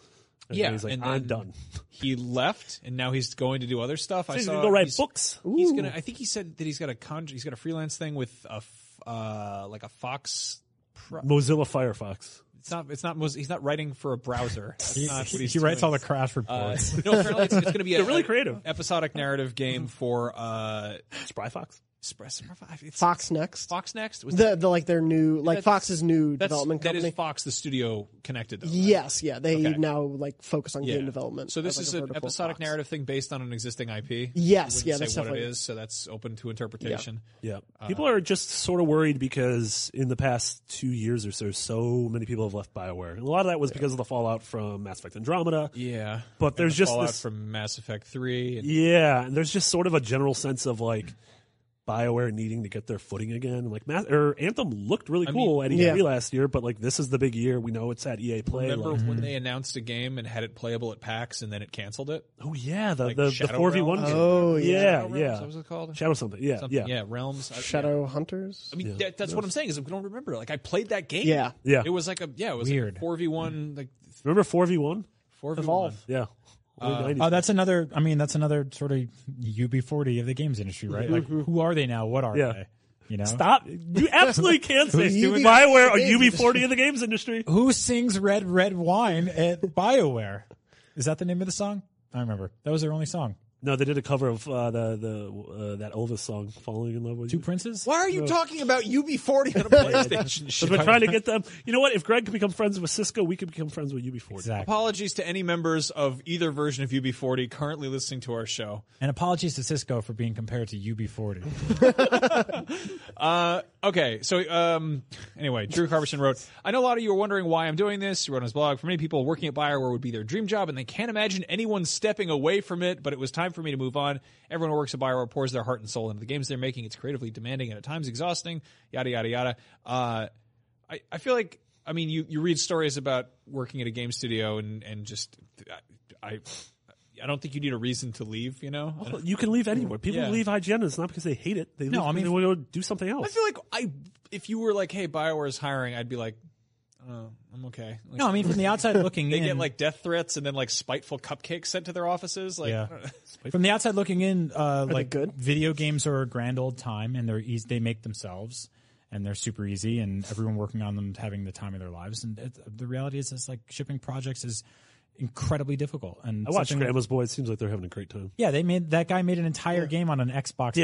S6: And
S3: Yeah,
S6: he's like,
S3: and
S6: "I'm
S3: then-
S6: done."
S3: He left, and now he's going to do other stuff. I
S6: he's
S3: saw
S6: gonna go write
S3: he's-
S6: books.
S3: He's gonna. I think he said that he's got a con. He's got a freelance thing with a f- uh, like a Fox. Pro-
S6: Mozilla Firefox.
S3: it's not. It's not. Mos- He's not writing for a browser. That's not what he's
S4: he writes
S3: doing.
S4: all the crash
S3: Uh,
S4: reports.
S3: no, apparently it's, it's going to be a
S6: really
S3: a
S6: creative.
S3: episodic narrative game for uh,
S6: Spry Fox.
S3: Express- it's
S5: Fox next.
S3: Fox Next. Was
S5: The, the like their new like
S3: That's-
S5: Fox's new
S3: that's,
S5: development
S3: that
S5: company.
S3: is Fox, the studio connected. Though, right?
S5: yes, yeah. They
S3: Okay.
S5: now like focus on
S3: Yeah.
S5: game development.
S3: So this
S5: I've, like,
S3: is
S5: a
S3: an
S5: vertical
S3: episodic
S5: Fox.
S3: narrative thing based on an existing IP.
S5: Yes,
S3: Wouldn't
S5: yeah,
S3: say
S5: that's
S3: what it
S5: definitely-
S3: is. So that's open to interpretation.
S6: Yeah. Uh, people are just sort of worried because in the past two years or so, so many people have left Bioware. And a lot of that was because of the fallout from Mass Effect Andromeda.
S3: Yeah,
S6: But there's just
S3: fallout
S6: this
S3: from Mass Effect Three. And
S6: Yeah, and there's just sort of a general sense of like Bioware needing to get their footing again. Like Math or Anthem looked really cool at E3
S5: Yeah.
S6: last year, but like this is the big year. We know it's at EA Play.
S3: Remember
S6: like-
S3: when they announced a game and had it playable at PAX and then it canceled it?
S6: oh yeah, the
S3: like
S6: the, the
S3: Shadow
S6: four v one.
S3: Realms?
S5: Oh, yeah.
S6: yeah,
S3: Shadow Realms,
S6: yeah.
S3: is that what it's called?
S6: Shadow something. Yeah,
S3: Something,
S6: yeah,
S3: Realms. I- yeah.
S5: Shadow Hunters.
S3: I mean, that, that's what I'm saying is I don't remember. Like I played that game.
S5: Yeah.
S6: Yeah.
S3: It was like a yeah, it was
S4: Weird.
S3: four v one, like
S6: Remember four v one?
S3: four v one.
S5: Evolve.
S6: Yeah.
S3: Uh,
S6: Early 90s.
S4: Oh, that's another. I mean, that's another sort of UB40 of the games industry, right? Like,
S3: Mm-hmm.
S4: who are they now? What are
S6: Yeah.
S4: they? You know,
S6: Stop! You absolutely can't say
S5: Who's doing-
S6: Bioware or
S5: Games
S6: UB40 in the games industry.
S4: Who sings "Red Red Wine" at Bioware? Is that the name of the song? I remember that was their only song.
S6: No, they did a cover of uh, the the uh, that Elvis song "Falling in Love with
S4: Two
S6: You."
S4: Princes.
S3: Why are you talking about UB40 on a PlayStation?
S6: Because
S3: shit?
S6: we're trying to get them. You know what? If Greg can become friends with Cisco, we can become friends with UB40.
S4: Exactly.
S3: Apologies to any members of either version of UB40 currently listening to our show.
S4: And apologies to Cisco for being compared to UB40.
S3: Uh, okay, so um, anyway, Drew Carverson wrote, I know a lot of you are wondering why I'm doing this. He wrote on his blog, for many people, working at Bioware would be their dream job, and they can't imagine anyone stepping away from it, but it was time for me to move on. Everyone who works at Bioware pours their heart and soul into the games they're making. It's creatively demanding and at times exhausting, yada, yada, yada. Uh, I, I feel like I mean you, you read stories about working at a game studio and and just I I don't think you need a reason to leave. You know,
S6: Well, You can leave anywhere. People
S3: Yeah.
S6: leave IGN. and It's not because they hate it. They leave
S4: No, I
S6: because
S4: mean-
S6: they want to go do something
S3: I
S6: else.
S3: feel like I if you were like hey Bioware is hiring I'd be like oh I'm okay. Like,
S4: No, I mean from the outside looking
S3: they
S4: in,
S3: get like death threats and then like spiteful cupcakes sent to their offices. Like
S4: Yeah. from the outside looking in, uh, like
S5: good?
S4: video games are a grand old time, and they're easy. They make themselves, and they're super easy, and everyone working on them is having the time of their lives. And it, the reality is, it's like shipping projects is incredibly difficult. And
S6: I watched
S4: something-
S6: Grandma's Boy. It seems like they're having a great time.
S4: Yeah, they made that guy made an entire game on an Xbox. by himself.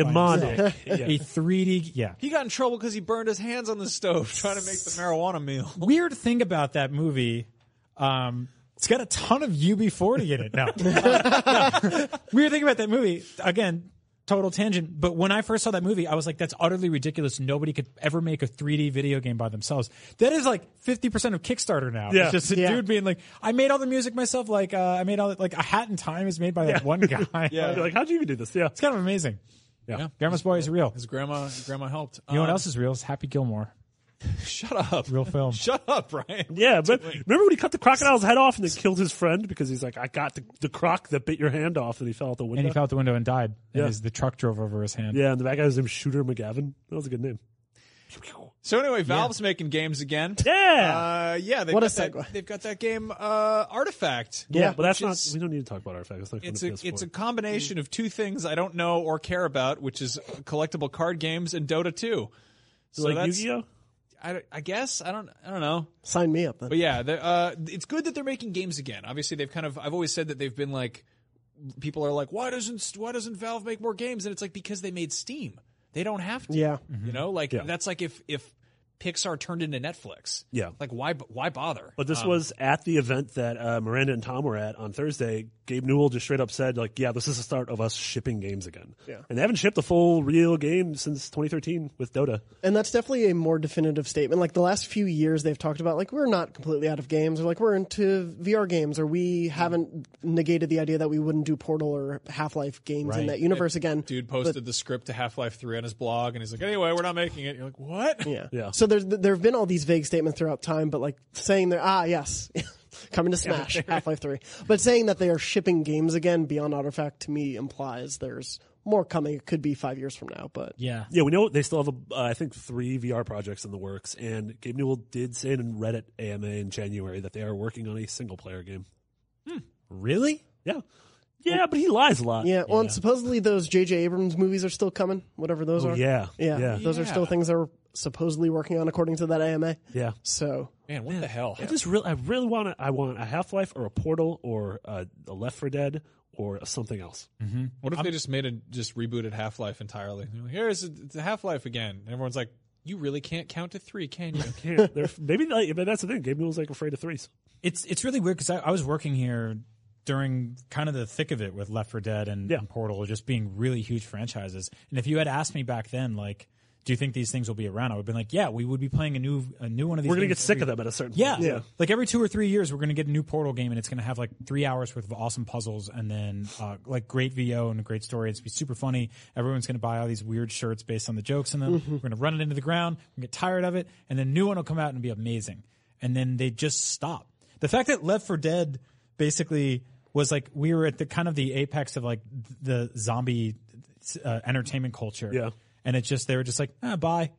S6: Demonic.
S4: A 3D. Yeah.
S3: he got in trouble because he burned his hands on the stove trying to make the marijuana meal.
S4: Weird thing about that movie. Um, it's got a ton of UB40 in it. No. No. Weird thing about that movie. Again, total tangent. But when I first saw that movie, I was like, that's utterly ridiculous. Nobody could ever make a 3D video game by themselves. That is like 50% of Kickstarter now.
S6: Yeah.
S4: It's just a
S5: Yeah.
S4: dude being like, I made all the music myself. Like, uh, I made all the, like a hat in time is made by that one guy.
S6: I'd be like, how'd you even do this? Yeah.
S4: It's kind of amazing.
S6: Yeah.
S4: Grandma's Boy is real.
S3: His grandma his grandma helped. Um,
S4: You know what else is real? It's Happy Gilmore.
S3: Uh, Shut up.
S4: Real film.
S3: Shut up, Ryan.
S6: Yeah, but remember when he cut the crocodile's head off and then killed his friend because he's like, I got the, the croc that bit your hand off and he fell out the window.
S4: and he fell out the window and died. And
S6: Yeah.
S4: his, the truck drove over his hand.
S6: yeah, and the bad guy's name Shooter McGavin. That was a good name.
S3: So anyway, Valve's making games again.
S6: Yeah.
S3: Uh, yeah, they've
S5: What a
S3: got that,
S5: segue.
S3: they've got that game uh, Artifact.
S6: yeah, but that's
S3: which
S6: not.
S3: is-
S6: we don't need to talk about artifacts. It's not
S3: It's
S6: going
S3: a
S6: to
S3: it's a combination of two things I don't know or care about, which is collectible card games and Dota 2. So
S6: like
S3: that's
S6: Yu-Gi-Oh.
S3: I, don't- I guess I don't I don't know.
S5: Sign me up then.
S3: But yeah, the- uh, it's good that they're making games again. Obviously, they've kind of I've always said that they've been like people are like why doesn't why doesn't Valve make more games? And it's like because they made Steam. They don't have to.
S5: Yeah.
S3: You know, like that's like if if Pixar turned into Netflix.
S6: Yeah.
S3: Like why b- why bother?
S6: But this was at the event that uh, Miranda and Tom were at on Thursday. Gabe Newell just straight up said, like, yeah, this is the start of us shipping games again. Yeah. And they haven't shipped a full real game since 2013 with Dota.
S5: And that's definitely a more definitive statement. Like the last few years, they've talked about like we're not completely out of games, or like we're into VR games, or we haven't negated the idea that we wouldn't do Portal or Half Life games in that universe again.
S3: Dude posted the script to Half Life Three on his blog, and he's like, anyway, we're not making it. You're like, what?
S5: Yeah.
S6: Yeah.
S5: So there's there have been all these vague statements throughout time, but like saying they're ah yes, coming to Smash Half Life Three, but saying that they are shipping games again beyond Artifact to me implies there's more coming. It could be five years from now, but
S4: Yeah.
S6: Yeah, we know they still have, uh, I think, three VR projects in the works. And Gabe Newell did say in a Reddit AMA in January that they are working on a single player game.
S4: Really?
S6: Yeah. Hmm. Yeah, but he lies a lot.
S5: yeah. Well, and supposedly those J.J. Abrams movies are still coming, whatever those are.
S6: Oh, Yeah.
S5: yeah,
S6: Yeah.
S5: Those are still things they're supposedly working on, according to that AMA.
S6: Yeah.
S5: So
S3: Man, what the hell?
S6: I just really, I really want to, I want a Half Life or a Portal or uh, a Left for Dead or something else.
S3: What if they just made a just rebooted Half Life entirely? They're like, Here's it's a Half Life again, and everyone's like, you really can't count to three, can you?
S6: Yeah, they're, maybe like, but that's the thing. Gabe Newell's like afraid of threes.
S4: It's it's really weird because I, I was working here during kind of the thick of it with Left for Dead and,
S6: Yeah.
S4: and Portal just being really huge franchises. And if you had asked me back then, like do you think these things will be around? I would have been like, yeah, we would be playing a new a new one of these.
S6: We're gonna get
S4: games
S6: sick
S4: every-
S6: of them at a certain
S4: Yeah.
S6: point.
S4: yeah. Like every two or three years, we're going to get a new Portal game and it's going to have like three hours worth of awesome puzzles and then uh, like great VO and a great story. It's going to be super funny. Everyone's going to buy all these weird shirts based on the jokes in them. We're going to run it into the ground. We're going to get tired of it. And then a new one will come out and be amazing. And then they just stop. The fact that Left for Dead basically was like, we were at the kind of the apex of like the zombie uh, entertainment culture.
S6: Yeah.
S4: And it's just, they were just like, ah, bye.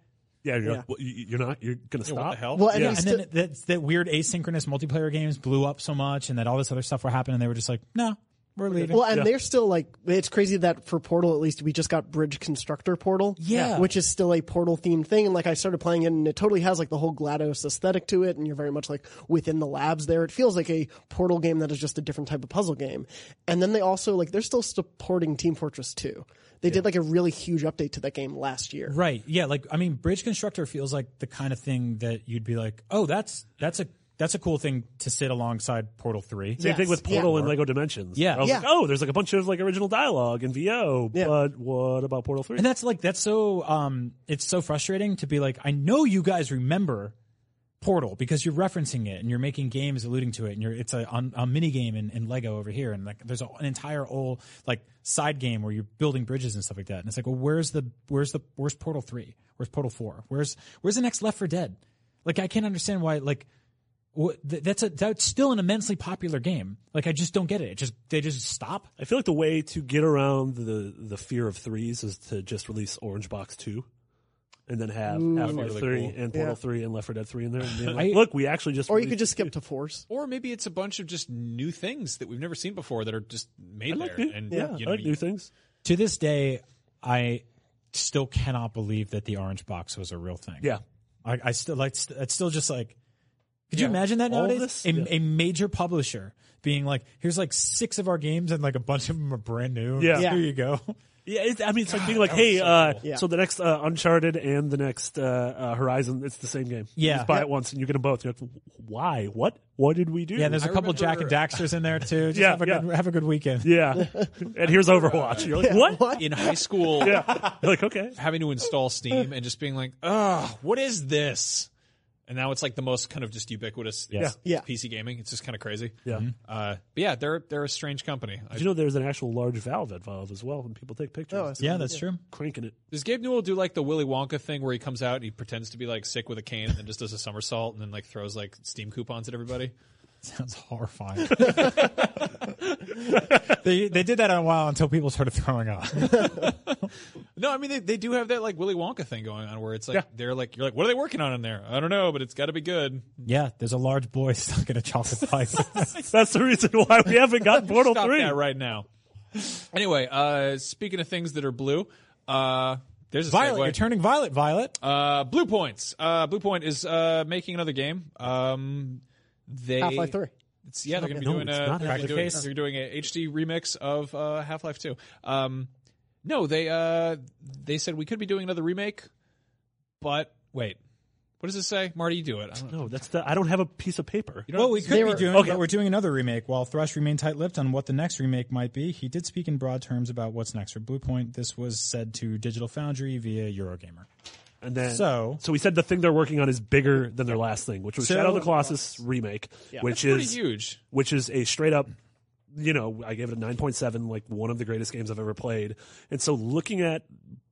S6: Yeah, you're,
S5: Yeah.
S6: Like, well, you- you're not. You're gonna stop.
S3: What the hell?
S5: Well, and then
S6: Yeah.
S4: And
S5: sti-
S4: then that, that weird asynchronous multiplayer games blew up so much, and that all this other stuff were happening. And they were just like, "No, we're leaving."
S5: Well, and they're still like it's crazy that for Portal at least we just got Bridge Constructor Portal,
S4: Yeah.
S5: which is still a Portal themed thing. And like I started playing it, and it totally has like the whole Glados aesthetic to it, and you're very much like within the labs there. It feels like a Portal game that is just a different type of puzzle game. And then they also like they're still supporting Team Fortress 2. They did like a really huge update to that game last year.
S4: right? Yeah, like I mean, Bridge Constructor feels like the kind of thing that you'd be like, "Oh, that's that's a that's a cool thing to sit alongside Portal 3.
S6: Same thing
S5: Yes.
S6: with
S5: Yeah.
S6: Portal and Lego Dimensions.
S4: Yeah.
S6: I was like,
S5: Yeah.
S6: oh, there's like a bunch of like original dialogue in VO,
S5: Yeah.
S6: but what about Portal Three?
S4: And that's like that's so um it's so frustrating to be like I know you guys remember Portal because you're referencing it and you're making games alluding to it and you're it's a, on- a mini game in, in Lego over here and like there's a, an entire old like side game where you're building bridges and stuff like that and it's like well where's the where's the where's Portal three where's Portal four where's where's the next Left for Dead like I can't understand why like wh- th- that's a that's still an immensely popular game like I just don't get it it just they just stop
S6: I feel like the way to get around the the fear of threes is to just release Orange Box Two, and then have Half-Life
S3: really
S6: Three
S3: cool.
S6: and Portal
S5: Yeah.
S6: Three and Left 4 Dead Three in there. And be like,
S4: I-
S6: Look, we actually just
S5: Or you could
S6: released-
S5: just skip to fours.
S3: Or maybe it's a bunch of just new things that we've never seen before that are just made
S6: I like
S3: there.
S6: new-
S3: and
S6: yeah,
S3: you
S6: I
S3: know,
S6: like new things.
S4: to this day, I still cannot believe that the orange box was a real thing.
S6: Yeah,
S4: I, I still like st- it's still just like. Could you
S3: Yeah.
S4: imagine that
S6: All
S4: nowadays?
S6: this-
S4: a,
S6: yeah.
S4: a major publisher being like, "Here's like six of our games, and like a bunch of them are brand new.
S6: Yeah.
S4: here
S5: Yeah.
S4: you go."
S6: yeah. It's, I mean, it's like being like, hey, so, uh,
S5: Yeah.
S6: so the next uh, Uncharted and the next uh, uh, Horizon, it's the same game. you
S4: Yeah.
S6: just buy
S4: Yeah.
S6: it once and you get them both. You're like, why? What? What did we do?
S4: Yeah, there's a
S3: I
S4: couple Jack and
S3: remember-
S4: Daxters in there too. Just
S6: Yeah,
S4: have a
S6: yeah.
S4: good have a good weekend.
S6: Yeah. and here's Overwatch. You're like, what?
S3: in high school,
S6: Yeah. You're like, okay.
S3: having to install Steam and just being like, "Ugh, what is this?" And now it's like the most kind of just ubiquitous it's-
S5: Yeah.
S3: it's PC gaming. It's just kind of crazy.
S6: Yeah.
S3: Uh, but yeah, they're they're a strange company. I,
S6: Did you know there's an actual large valve involved as well, and people take pictures.
S5: Oh, I see.
S4: Yeah, that's true.
S6: cranking it.
S3: does Gabe Newell do like the Willy Wonka thing where he comes out and he pretends to be like sick with a cane and then just does a somersault and then like throws like Steam coupons at everybody?
S4: Sounds horrifying. they they did that a while until people started throwing up.
S3: No, I mean they, they do have that like Willy Wonka thing going on where it's like
S6: Yeah.
S3: they're like you're like what are they working on in there? I don't know, but it's got to be good.
S4: yeah, there's a large boy stuck in a chocolate pipe.
S6: That's the reason why we haven't gotten Portal
S3: Stop
S6: Three.
S3: that right now. Anyway, uh, speaking of things that are blue, uh, there's a
S4: Violet,
S3: segue.
S4: you're turning violet, Violet.
S3: Uh, Blue Points. Uh, Blue Point is uh, making another game. Um, they
S5: Half Life Three.
S3: It's, yeah, they're going to be
S6: No,
S3: doing
S6: it's
S3: a
S6: not
S3: they're,
S6: Half-Life
S3: doing,
S6: Two.
S3: they're doing a HD remix of uh, Half Life Two. Um, no, they uh, they said we could be doing another remake, but wait, what does it say? Marty, you do it. I don't know.
S6: No, that's the. I don't have a piece of paper.
S4: Well, we could
S5: They
S4: be
S5: were-
S4: doing,
S6: okay.
S4: but we're doing another remake. While Thrush remained tight-lipped on what the next remake might be, he did speak in broad terms about what's next for Blue Point. This was said to Digital Foundry via Eurogamer.
S6: And then,
S4: So-
S6: so we said the thing they're working on is bigger than their last thing, which was
S4: So-
S6: Shadow of the Colossus remake, which
S3: Pretty
S6: is
S3: huge.
S6: which is a straight up. You know, I gave it a nine point seven, like one of the greatest games I've ever played. And so, looking at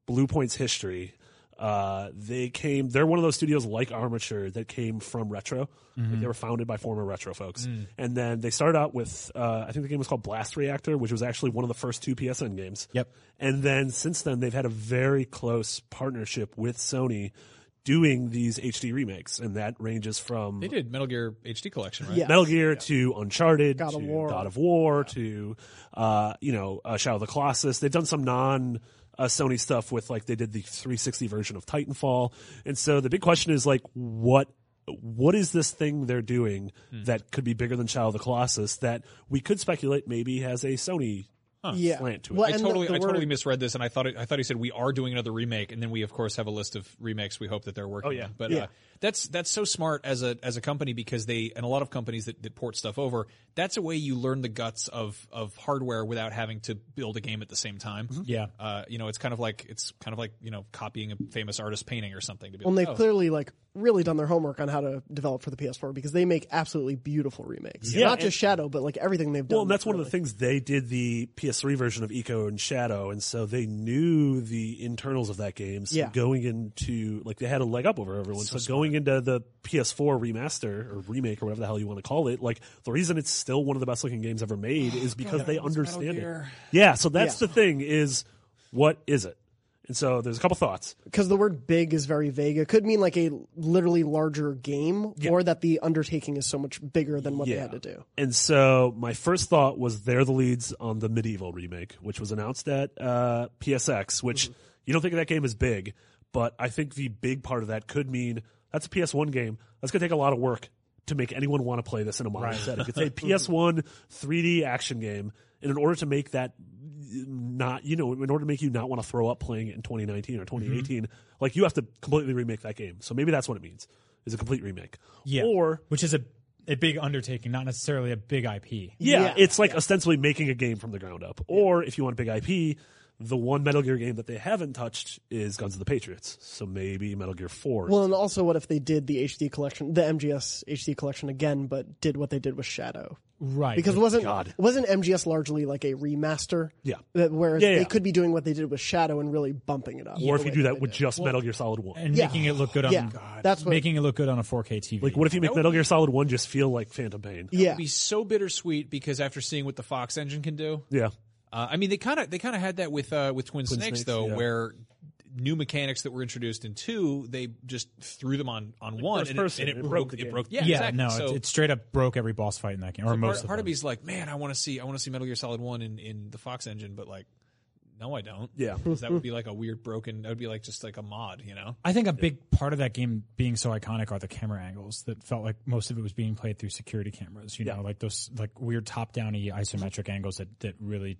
S6: Blue Point's history, uh, they came. They're one of those studios like Armature that came from retro. Like they were founded by former retro folks, and then they started out with uh, I think the game was called Blast Reactor, which was actually one of the first two PSN games.
S4: Yep.
S6: And then since then, they've had a very close partnership with Sony, doing these HD remakes, and that ranges from
S3: They did Metal Gear HD Collection, right?
S5: Yeah.
S6: Metal Gear to Uncharted
S5: God of
S6: to
S5: War.
S6: God of War to uh, you know uh, Shadow of the Colossus. They've done some non uh, Sony stuff with like they did the 360 version of Titanfall, and so the big question is like what what is this thing they're doing that could be bigger than Shadow of the Colossus that we could speculate maybe has a Sony
S5: yeah.
S6: slant to it.
S5: Well,
S3: I
S5: and the-
S3: totally,
S5: the
S3: I totally
S5: word-
S3: misread this, and I thought, it, I thought he said we are doing another remake, and then we of course have a list of remakes we hope that they're working.
S6: Oh, yeah.
S3: on. but
S5: Yeah.
S3: Uh, that's that's so smart as a as a company because they and a lot of companies that, that port stuff over. That's a way you learn the guts of of hardware without having to build a game at the same time.
S4: Mm-hmm. Yeah.
S3: uh, you know, it's kind of like it's kind of like you know copying a famous artist painting or something. To be
S5: Well, and
S3: like,
S5: they've
S3: oh,
S5: clearly like really done their homework on how to develop for the PS4 because they make absolutely beautiful remakes.
S6: Yeah,
S5: Not
S6: and-
S5: just Shadow, but like everything they've done.
S6: Well, and that's one of the things they did the PS3 version of Eco and Shadow, and so they knew the internals of that game. So
S5: Yeah.
S6: going into like they had a leg up over everyone. So, going into the PS4 remaster or remake or whatever the hell you want to call it, like the reason it's still one of the best looking games ever made is because they understand it. Yeah, so that's
S5: Yeah.
S6: the thing is what is it? And so there's a couple thoughts.
S5: because the word big is very vague. It could mean like a literally larger game or that the undertaking is so much bigger than what they
S6: Yeah.
S5: had to do.
S6: And so my first thought was they're the leads on the medieval remake, which was announced at uh, PSX. Which you don't think that game is big, but I think the big part of that could mean that's a PS1 game. That's gonna take a lot of work to make anyone want to play this in a modern setting. It's a PS1 3D action game, and in order to make that not you know in order to make you not want to throw up playing it in 2019 or 2018 like you have to completely remake that game so maybe that's what it means is a complete remake
S4: Yeah.
S6: or
S4: which is a a big undertaking, not necessarily a big IP.
S6: Yeah,
S5: Yeah.
S6: it's like ostensibly making a game from the ground up. Or if you want a big IP, the one Metal Gear game that they haven't touched is Guns of the Patriots. So maybe Metal Gear 4.
S5: Well, and also what if they did the HD collection, the MGS HD collection again, but did what they did with Shadow?
S4: Right.
S5: Because
S4: But-
S5: wasn't
S6: Oh, God.
S5: wasn't MGS largely like a remaster?
S6: Yeah.
S5: That- Whereas
S6: Yeah,
S5: they
S6: yeah.
S5: could be doing what they did with Shadow and really bumping it up.
S6: or
S5: the
S6: if
S5: way
S6: you do that
S5: they
S6: with
S5: did.
S6: just Metal Gear Solid 1.
S4: and making it look good on
S5: Yeah,
S4: God,
S5: that's what-
S4: making it look good on a 4K TV.
S6: like, what if you make Metal Gear Solid 1 just feel like Phantom Pain?
S5: yeah,
S3: be so bittersweet because after seeing what the Fox engine can do,
S6: Yeah.
S3: Uh, I mean, they kind of they kind of had that with uh, with Twin, Snakes,
S6: Snakes,
S3: though,
S6: yeah.
S3: where new mechanics that were introduced in two, they just threw them on on one,
S6: first
S3: and it,
S6: person,
S3: and it,
S6: it broke
S3: broke
S6: the
S3: it
S6: game.
S3: broke. Yeah,
S4: yeah,
S3: exactly.
S4: no,
S3: so
S4: it, it straight up broke every boss fight in that game, or
S3: part,
S4: most of
S3: part of
S4: them.
S3: me's like, man, I want to see I want to see Metal Gear Solid One in in the Fox engine, but like, no, I don't.
S6: Yeah.
S3: 'Cause that would be like a weird broken. That would be like just like a mod, you know.
S4: I think a big part of that game being so iconic are the camera angles that felt like most of it was being played through security cameras. You know, like those like weird top down y isometric angles that that really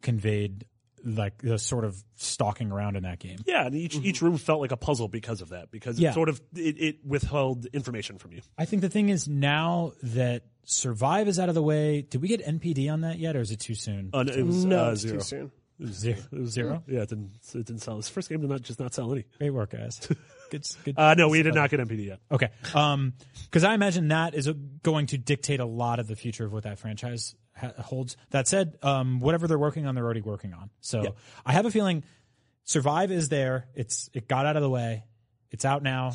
S4: conveyed like the sort of stalking around in that game.
S6: Yeah, and each, each room felt like a puzzle because of that, because
S4: Yeah.
S6: it sort of, it, it withheld information from you.
S4: I think the thing is now that Survive is out of the way, did we get NPD on that yet, or is it too soon?
S6: Uh, it was,
S5: no,
S6: uh,
S5: it's
S6: zero.
S5: too soon.
S4: zero. zero?
S6: Yeah, it didn't, it didn't sell. This first game did not, just not sell any.
S4: Great work, guys. Good, good.
S6: Uh, no, we did not get MPD yet.
S4: Okay. Um, cause I imagine that is uh, going to dictate a lot of the future of what that franchise ha- holds. That said, um, whatever they're working on, they're already working on. So I have a feeling survive is there. It's, it got out of the way. It's out now.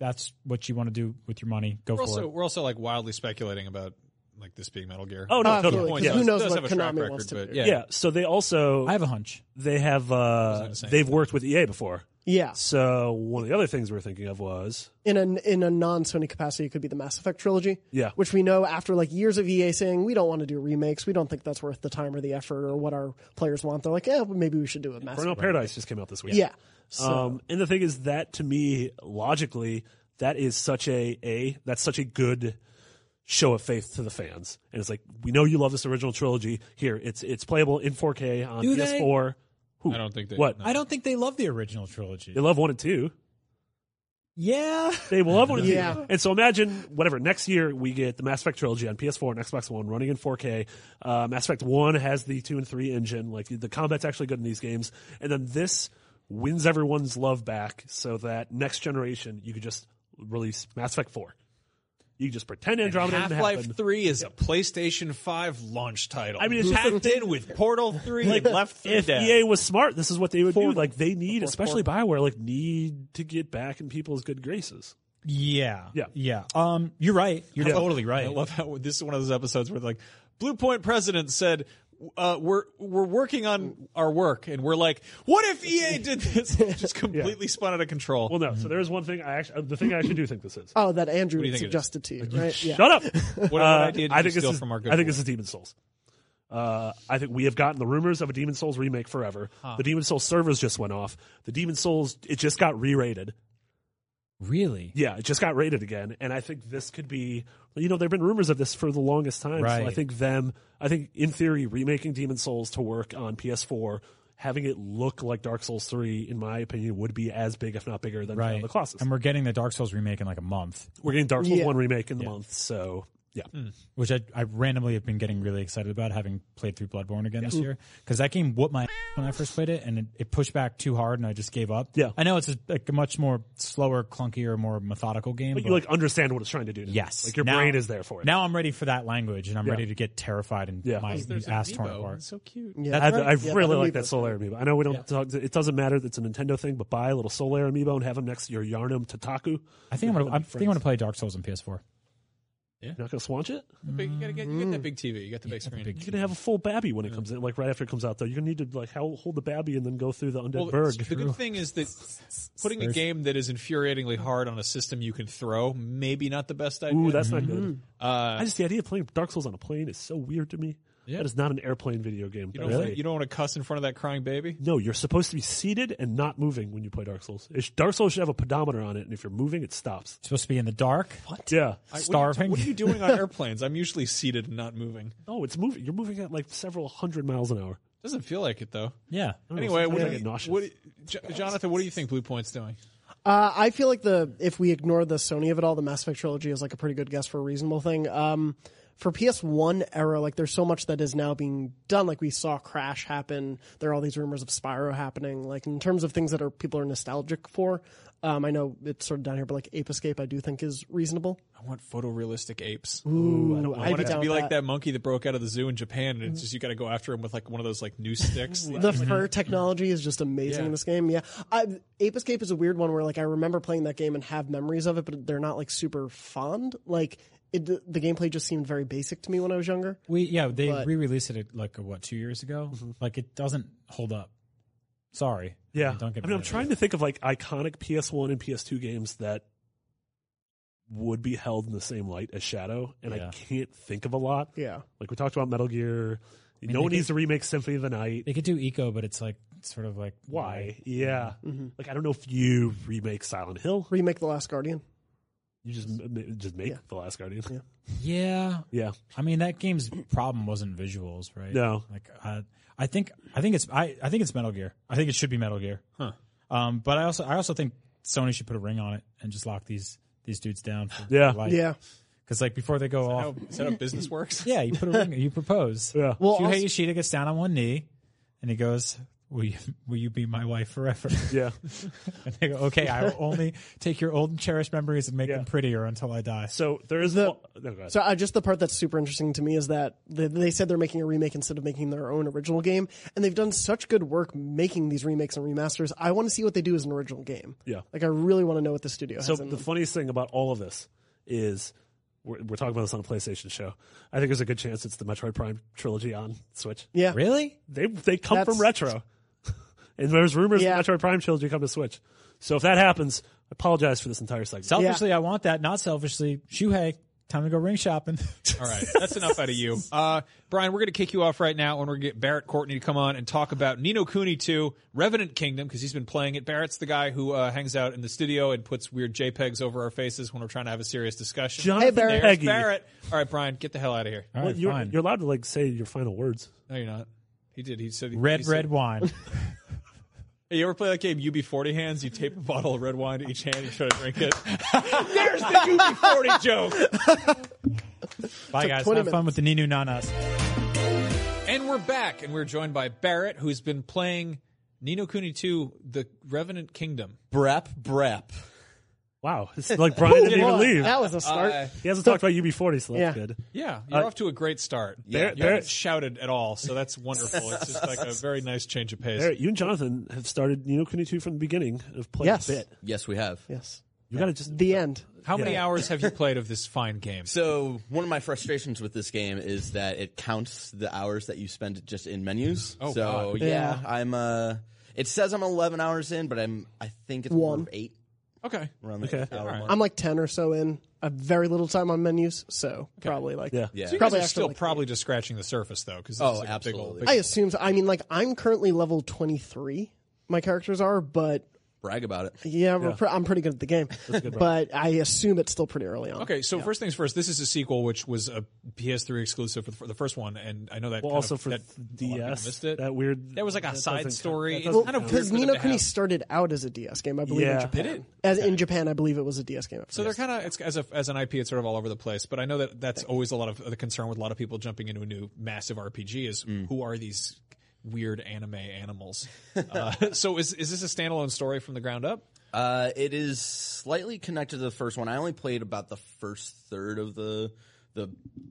S4: That's what you want to do with your money. Go
S3: We're
S4: for
S3: also
S4: it.
S3: we're also like wildly speculating about like this being Metal Gear.
S6: Oh, no,
S5: Absolutely,
S6: totally.
S5: 'cause
S6: Yeah.
S5: Who knows
S3: It does
S5: what
S3: have a track
S5: Konami wants
S3: record,
S5: to
S3: but
S5: do?
S3: yeah.
S6: Yeah, so they also.
S4: I have a hunch.
S6: they have uh,
S3: gonna say.
S6: they've worked with EA before.
S5: Yeah,
S6: So one of the other things we were thinking of was
S5: in a in a non Sony capacity, it could be the Mass Effect trilogy.
S6: Yeah.
S5: which we know after like years of EA saying we don't want to do remakes, we don't think that's worth the time or the effort or what our players want. They're like, yeah, well, maybe we should do a Mass
S6: Burnout
S5: Effect.
S6: Paradise just came out this week.
S5: Yeah,
S6: Um, and the thing is that to me logically that is such a a that's such a good show of faith to the fans. And it's like we know you love this original trilogy. Here it's it's playable in 4K on
S4: Do they?
S6: PS4. Who?
S3: I don't think they-
S6: what
S3: no.
S4: I don't think they love the original trilogy.
S6: they love one and two.
S4: Yeah.
S6: They will love one of these.
S5: Yeah.
S6: And so imagine, whatever, next year we get the Mass Effect trilogy on PS4 and Xbox One running in 4K. Uh, Mass Effect 1 has the 2 and 3 engine. Like, the combat's actually good in these games. And then this wins everyone's love back so that next generation you could just release Mass Effect 4. You could just pretend Andromeda
S3: Half
S6: didn't happen.
S3: Life Three is a PlayStation Five launch title.
S6: I mean, it's just
S3: packed in with Portal Three and Left Three
S6: if
S3: Dead.
S6: EA was smart, this is what they would do. Like, they need,
S5: Four,
S6: especially Bioware, like, need to get back in people's good graces.
S4: Yeah.
S6: Yeah.
S4: Yeah. Um, you're right. You're totally right.
S3: I love how this is one of those episodes where like Blue Point president said uh, we're we're working on our work and we're like what if EA did this just completely spun out of control.
S6: Well, no. So there is one thing I actually, the thing I actually do think this is.
S5: oh, that Andrew
S3: think it is?
S5: suggested to you, right? Yeah.
S6: Shut up.
S3: what
S6: Uh,
S3: idea did
S6: I
S3: you
S6: think this
S3: steal
S6: is,
S3: from our good
S6: I think
S3: Lord?
S6: this is Demon Souls. Uh, I think we have gotten the rumors of a Demon Souls remake forever. The Demon Souls servers just went off. The Demon Souls it just got re-rated.
S4: Really?
S6: Yeah, it just got rated again, and I think this could be. You know, there've been rumors of this for the longest time. So I
S4: Right.
S6: think them. I think in theory, remaking Demon Souls to work on PS4, having it look like Dark Souls Three, in my opinion, would be as big, if not bigger, than
S4: Right.
S6: the Colossus.
S4: And we're getting the Dark Souls remake in like a month,
S6: We're getting Dark Souls
S5: Yeah.
S6: One remake in the month, so yeah,
S3: Hmm.
S4: which I, I randomly have been getting really excited about having played through Bloodborne again this year because that game whooped my when I first played it and it, it pushed back too hard and I just gave up.
S6: Yeah.
S4: I know it's a, like a much more slower, clunkier, more methodical game.
S6: but
S4: But
S6: you like understand what it's trying to do. Now.
S4: yes,
S6: like your
S4: Now-
S6: brain is there for it.
S4: Now I'm ready for that language and I'm ready to get terrified and
S6: Yeah.
S4: my
S3: There's
S4: ass
S3: an
S4: torn
S3: amiibo.
S4: apart.
S3: It's so cute.
S5: Yeah,
S6: I,
S5: that's right.
S6: I
S5: Yeah,
S6: really
S5: that
S6: like
S5: amiibo.
S6: that Solar Amiibo. I know we don't talk. It doesn't matter. that It's a Nintendo thing, but buy a little Solar Amiibo and have them next to your Yarnum Tataku.
S4: I think I'm gonna I think I'm gonna play Dark Souls on PS4.
S6: You're not gonna swatch it.
S3: Big, you gotta get you get that big TV. You got the big screen.
S6: You're gonna have a full babby when it comes in. Like right after it comes out, though, you're gonna need to like how, hold the babby and then go through the undead
S3: Well,
S6: bird.
S3: the good thing is that putting a game that is infuriatingly hard on a system you can throw maybe not the best idea.
S6: Ooh, that's not
S5: Mm-hmm.
S6: good.
S3: Uh,
S6: I just the idea of playing Dark Souls on a plane is so weird to me. That is not an airplane video game.
S3: you don't
S6: That's
S3: wanna,
S6: like-
S3: you don't want to cuss in front of that crying baby.
S6: no, you're supposed to be seated and not moving when you play Dark Souls. It sh- Dark Souls should have a pedometer on it, and if you're moving, it stops.
S4: It's supposed to be in the dark.
S6: Yeah.
S4: Starving.
S3: What are you doing on airplanes? I'm usually seated and not moving.
S6: No, it's moving. You're moving at like several hundred miles an hour.
S3: Doesn't feel like it though.
S4: yeah.
S6: Oh,
S3: Anyway, what,
S6: sometimes I
S3: do
S6: get
S3: you,
S6: nauseous.
S3: what do you- Jo- Jonathan? What do you think Blue Point's doing?
S5: Uh, I feel like the if we ignore the Sony of it all, the Mass Effect trilogy is like a pretty good guess for a reasonable thing. Um, for PS1 era, like there's so much that is now being done. Like we saw Crash happen. There are all these rumors of Spyro happening. Like in terms of things that are people are nostalgic for. Um, I know it's sort of down here, but like Ape Escape, I do think is reasonable.
S3: I want photorealistic apes.
S5: Ooh, I, don't
S3: I want it to be like that monkey that broke out of the zoo in Japan, and it's just you got to go after him with like one of those like noose sticks.
S5: The fur technology is just amazing
S3: Yeah.
S5: in this game. Yeah, I, Ape Escape is a weird one where like I remember playing that game and have memories of it, but they're not like super fond. Like it, the gameplay just seemed very basic to me when I was younger.
S4: We yeah, they
S5: But-
S4: re-released it like what two years ago. Like it doesn't hold up. Sorry.
S6: Mm-hmm. Yeah.
S4: don't get.
S6: I mean,
S4: mad
S6: I'm
S4: at
S6: trying
S4: me.
S6: to think of like iconic PS1 and PS2 games that would be held in the same light as Shadow, and I
S4: Yeah.
S6: can't think of a lot.
S5: Yeah,
S6: Like we talked about Metal Gear.
S4: mean,
S6: no
S4: they
S6: one
S4: could-
S6: needs to remake Symphony of the Night.
S4: They could do eco, but it's like sort of like
S6: Why? Yeah.
S4: Mm-hmm.
S6: Like I don't know if you remake Silent Hill.
S5: remake The Last Guardian.
S6: You just m- m- just make
S5: Yeah.
S6: The Last Guardian. Yeah.
S4: Yeah. I mean, that game's problem wasn't visuals, right?
S6: No.
S4: Like I, I think I think it's I, I think it's Metal Gear. I think it should be Metal Gear.
S3: Huh.
S4: Um, but I also I also think Sony should put a ring on it and just lock these these dudes down. For
S6: Yeah.
S5: Yeah,
S4: Because like before they go off,
S3: How- is that how business works?
S4: yeah, you put a ring, you propose.
S6: oh. Yeah.
S5: Well,
S4: Shuhei
S5: also-
S4: Yoshida gets down on one knee, and he goes, "Will you will you be my wife forever?"
S6: Yeah.
S4: And they go, "Okay, I will only take your old and cherished memories and make
S6: Yeah.
S4: them prettier until I die."
S6: So there is
S5: The-
S6: no, go ahead.
S5: So uh, just the part that's super interesting to me is that they, they said they're making a remake instead of making their own original game, and they've done such good work making these remakes and remasters. I want to see what they do as an original game.
S6: Yeah.
S5: like I really want to know what the studio
S6: So
S5: has. In
S6: the
S5: them.
S6: funniest thing about all of this is we're, we're talking about this on a PlayStation show. I think there's a good chance it's the Metroid Prime trilogy on Switch.
S5: yeah,
S4: Really?
S6: They they come
S5: That's-
S6: from retro, and there's rumors
S5: Yeah.
S6: that Metroid Prime trilogy come to Switch. So if that happens, I apologize for this entire segment.
S4: Selfishly, I want that. Not selfishly, Shuhei, time to go ring shopping.
S3: All right, that's enough out of you, uh, Brian. We're going to kick you off right now, and we're going to get Barrett Courtney to come on and talk about Nino Cooney Two Revenant Kingdom because he's been playing it. Barrett's the guy who uh, hangs out in the studio and puts weird JPEGs over our faces when we're trying to have a serious discussion.
S6: Jonathan Hey, Barrett.
S3: There's
S6: Peggy.
S3: Barrett. All right, Brian, get the hell out of here.
S4: All
S6: Well,
S4: right,
S6: you're,
S4: fine.
S6: you're allowed to like say your final words.
S3: No, you're not. He did. He said
S4: red,
S3: he said-
S4: red wine.
S3: Hey, you ever play that game UB40 hands? You tape a bottle of red wine to each hand and you try to drink it. There's the UB40 joke.
S4: Bye, guys. Have
S5: 20
S4: fun with the Ninu Nanas.
S3: And we're back, and we're joined by Barrett, who's been playing Nino Kuni 2, The Revenant Kingdom.
S7: Brep, brep.
S6: Wow, it's like Brian didn't even
S5: Well,
S6: leave.
S5: That was a start.
S3: Uh,
S6: He hasn't talked about UB40, so that's
S5: Yeah.
S6: good.
S3: Yeah, you're off to a great start.
S6: Barrett-
S3: you haven't
S6: Uh, Barrett-
S3: shouted at all, so that's wonderful. It's just like a very nice change of pace.
S6: Barrett, you and Jonathan have started Nino Kuni 2 from the beginning of playing
S5: Yes.
S6: a bit.
S7: Yes, we have.
S5: yes,
S6: You gotta just
S5: the end.
S3: How many
S6: Yeah.
S3: hours have you played of this fine game?
S7: So one of my frustrations with this game is that it counts the hours that you spend just in menus. Oh, so
S3: God.
S7: yeah,
S5: Yeah.
S7: I'm uh it says I'm 11 hours in, but I'm I think it's more
S5: One.
S7: of 8
S3: Okay.
S7: around the
S6: Okay.
S7: okay. hour mark.
S5: I'm like ten or so in. I have very little time on menus, so probably like
S6: Yeah.
S7: Yeah.
S3: So you
S5: Probably
S3: guys are
S5: actually
S3: still
S5: like-
S3: probably just scratching the surface, though, because like
S7: Oh,
S3: a big old-
S7: absolutely.
S3: big
S5: I assume. So. I mean, like I'm currently level 23. My characters are, but
S7: brag about it.
S5: Yeah, we're Pre- I'm pretty good at the game, but I assume it's still pretty early on.
S3: Okay, so first things first. This is a sequel, which was a PS3 exclusive for the, for the first one, and I know that.
S6: Well,
S3: kind
S6: also
S3: of-
S6: for
S3: that, a lot of people
S6: DS,
S3: missed it.
S6: that weird-
S3: There was like a
S6: that doesn't
S3: side
S6: count.
S3: story.
S6: That
S3: It's
S6: doesn't
S3: kind of weird
S6: count.
S5: because
S3: for them
S5: Nino
S3: to have.
S5: Kuni started out as a DS game, I believe.
S6: Yeah.
S5: in Japan.
S6: Did
S3: it?
S5: As in Japan, I believe it was a DS game. at
S3: So they're
S5: first.
S3: kind of it's as a, as an IP, it's sort of all over the place. But I know that that's always a lot of the concern with a lot of people jumping into a new massive RPG is who are these weird anime animals? uh, so is is this a standalone story from the ground up?
S7: Uh, it is slightly connected to the first one. I only played about the first third of the the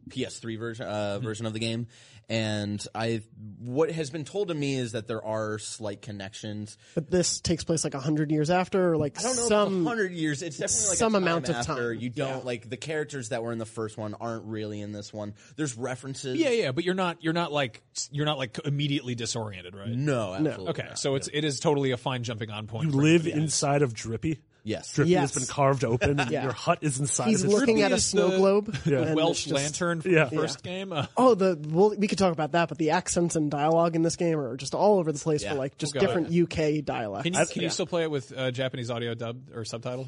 S7: PS3 version uh, version of the game, and I what has been told to me is that there are slight connections.
S5: but this takes place like hundred years after, or like
S7: I don't know
S5: some.
S7: hundred years. It's definitely like a
S5: some
S7: time
S5: amount of
S7: after.
S5: time.
S7: You don't like the characters that were in the first one aren't really in this one. There's references.
S3: Yeah, yeah. But you're not you're not like you're not like immediately disoriented, right?
S7: No, absolutely.
S3: Okay, so it's it is totally a fine jumping on point.
S6: You
S3: for-
S6: live inside of Drippy.
S7: Yes.
S6: Drippy
S5: Yes.
S6: has been carved open. and
S5: Yeah.
S6: Your hut is inside
S5: He's
S6: of his
S5: looking at a
S3: is
S5: snow
S3: the-
S5: globe.
S6: Yeah.
S5: and
S3: Welsh
S5: it's just-
S3: Lantern from
S6: Yeah.
S3: the first game. Uh,
S5: Oh, the well, we could talk about that, but the accents and dialogue in this game are just all over the place for like just
S3: God.
S5: different UK dialects.
S3: can you, can you still play it with uh, Japanese audio dub or subtitle?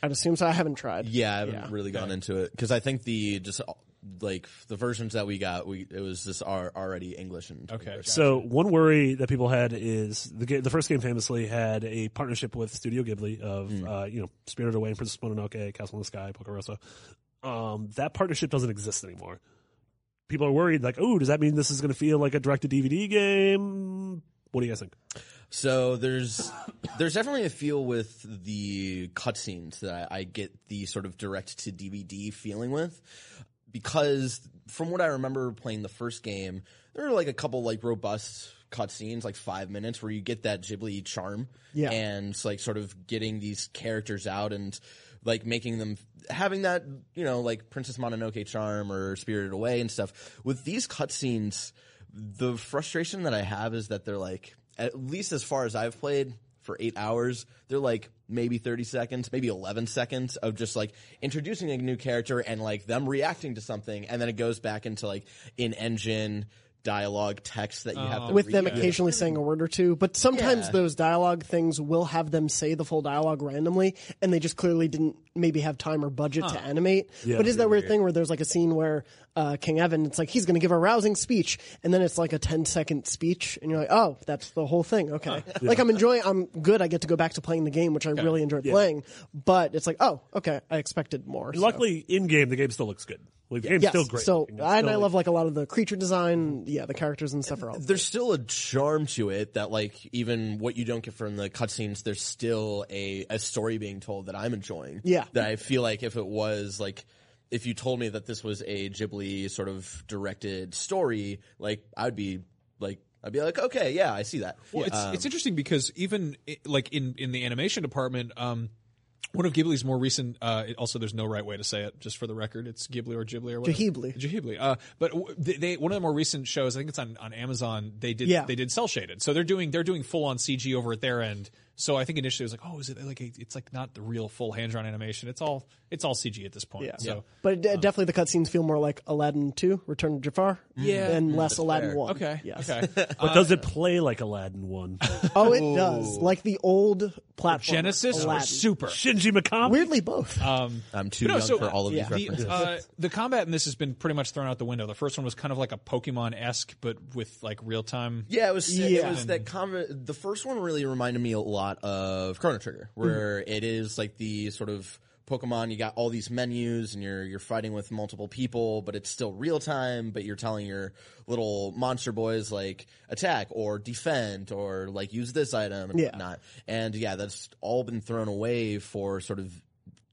S5: I'd assume so. I haven't tried.
S7: Yeah, I haven't really gone into it because I think the just like the versions that we got, we it was just are already English and
S3: Okay.
S6: So one worry that people had is the ga- the first game famously had a partnership with Studio Ghibli of
S3: Hmm.
S6: uh, you know Spirited Away, Princess Mononoke, Castle in the Sky, Pocahontas. Um, that partnership doesn't exist anymore. People are worried, like, oh, does that mean this is going to feel like a direct to DVD game? What do you guys think?
S7: So there's there's definitely a feel with the cutscenes that I, I get the sort of direct to DVD feeling with because from what I remember playing the first game, there were like a couple like robust cutscenes, like five minutes, where you get that Ghibli charm,
S5: Yeah.
S7: and it's, like sort of getting these characters out and like making them having that you know like Princess Mononoke charm or Spirited Away and stuff. With these cutscenes, the frustration that I have is that they're like at least as far as I've played for eight hours, they're like maybe 30 seconds, maybe 11 seconds of just like introducing a new character and like them reacting to something. And then it goes back into like in engine dialogue text that you have to
S5: With them
S7: read.
S5: occasionally saying a word or two, but sometimes
S7: Yeah.
S5: those dialogue things will have them say the full dialogue randomly, and they just clearly didn't maybe have time or budget to animate. but is that weird thing where there's like a scene where uh, King Evan, it's like he's going to give a rousing speech, and then it's like a 10 second speech, and you're like, oh, that's the whole thing. Okay. Like I'm enjoying, I'm good. I get to go back to playing the game, which I really enjoy playing, but it's like, oh, okay, I expected more. so.
S6: Luckily, in game, the game still looks good. Like, the game's
S5: Yes.
S6: still great.
S5: So,
S6: It's
S5: and
S6: still,
S5: I
S6: like-
S5: love like a lot of the creature design. Yeah, the characters and stuff are all.
S7: there's still a charm to it that like even what you don't get from the cutscenes, there's still a, a story being told that I'm enjoying.
S5: Yeah.
S7: That I feel like if it was like if you told me that this was a Ghibli sort of directed story, like I'd be like I'd be like, okay, yeah, I see that.
S3: Well, it's,
S5: um,
S3: it's interesting because even i- like in in the animation department, um, one of Ghibli's more recent. Uh, it- also, there's no right way to say it. Just for the record, it's Ghibli or Ghibli or whatever.
S5: Jahibli.
S3: Ghibli. Uh, but w- they, they one of the more recent shows. I think it's on, on Amazon. They did
S5: Yeah.
S3: they did cell shaded, so they're doing they're doing full on CG over at their end. So I think initially it was like, oh, is it like a, it's like not the real full hand drawn animation? It's all it's all CG at this point.
S5: Yeah.
S3: So
S5: But it,
S3: Um,
S5: definitely the cutscenes feel more like Aladdin 2, Return of Jafar, yeah, and less Aladdin
S7: fair.
S5: 1.
S3: Mm-hmm. okay,
S5: Yes.
S3: okay.
S6: But does it play like Aladdin one?
S5: Oh, it does. Like the old platform.
S3: Genesis or
S5: Aladdin.
S3: Super?
S6: Shinji Mikami.
S5: Weirdly, both.
S7: Ah, I'm too
S3: No,
S7: young
S3: so-
S7: for all of
S5: yeah.
S7: these references.
S3: The, uh, the combat in this has been pretty much thrown out the window. The first one was kind of like a Pokemon esque, but with like real time.
S7: Yeah, it was.
S5: Yeah.
S7: It was that conver- The first one really reminded me a lot of Chrono Trigger,
S5: Mm-hmm.
S7: where it is like the sort of Pokemon. You got all these menus, and you're you're fighting with multiple people, but it's still real time. But you're telling your little monster boys like attack or defend or like use this item and
S5: Yeah.
S7: whatnot. And yeah, that's all been thrown away for sort of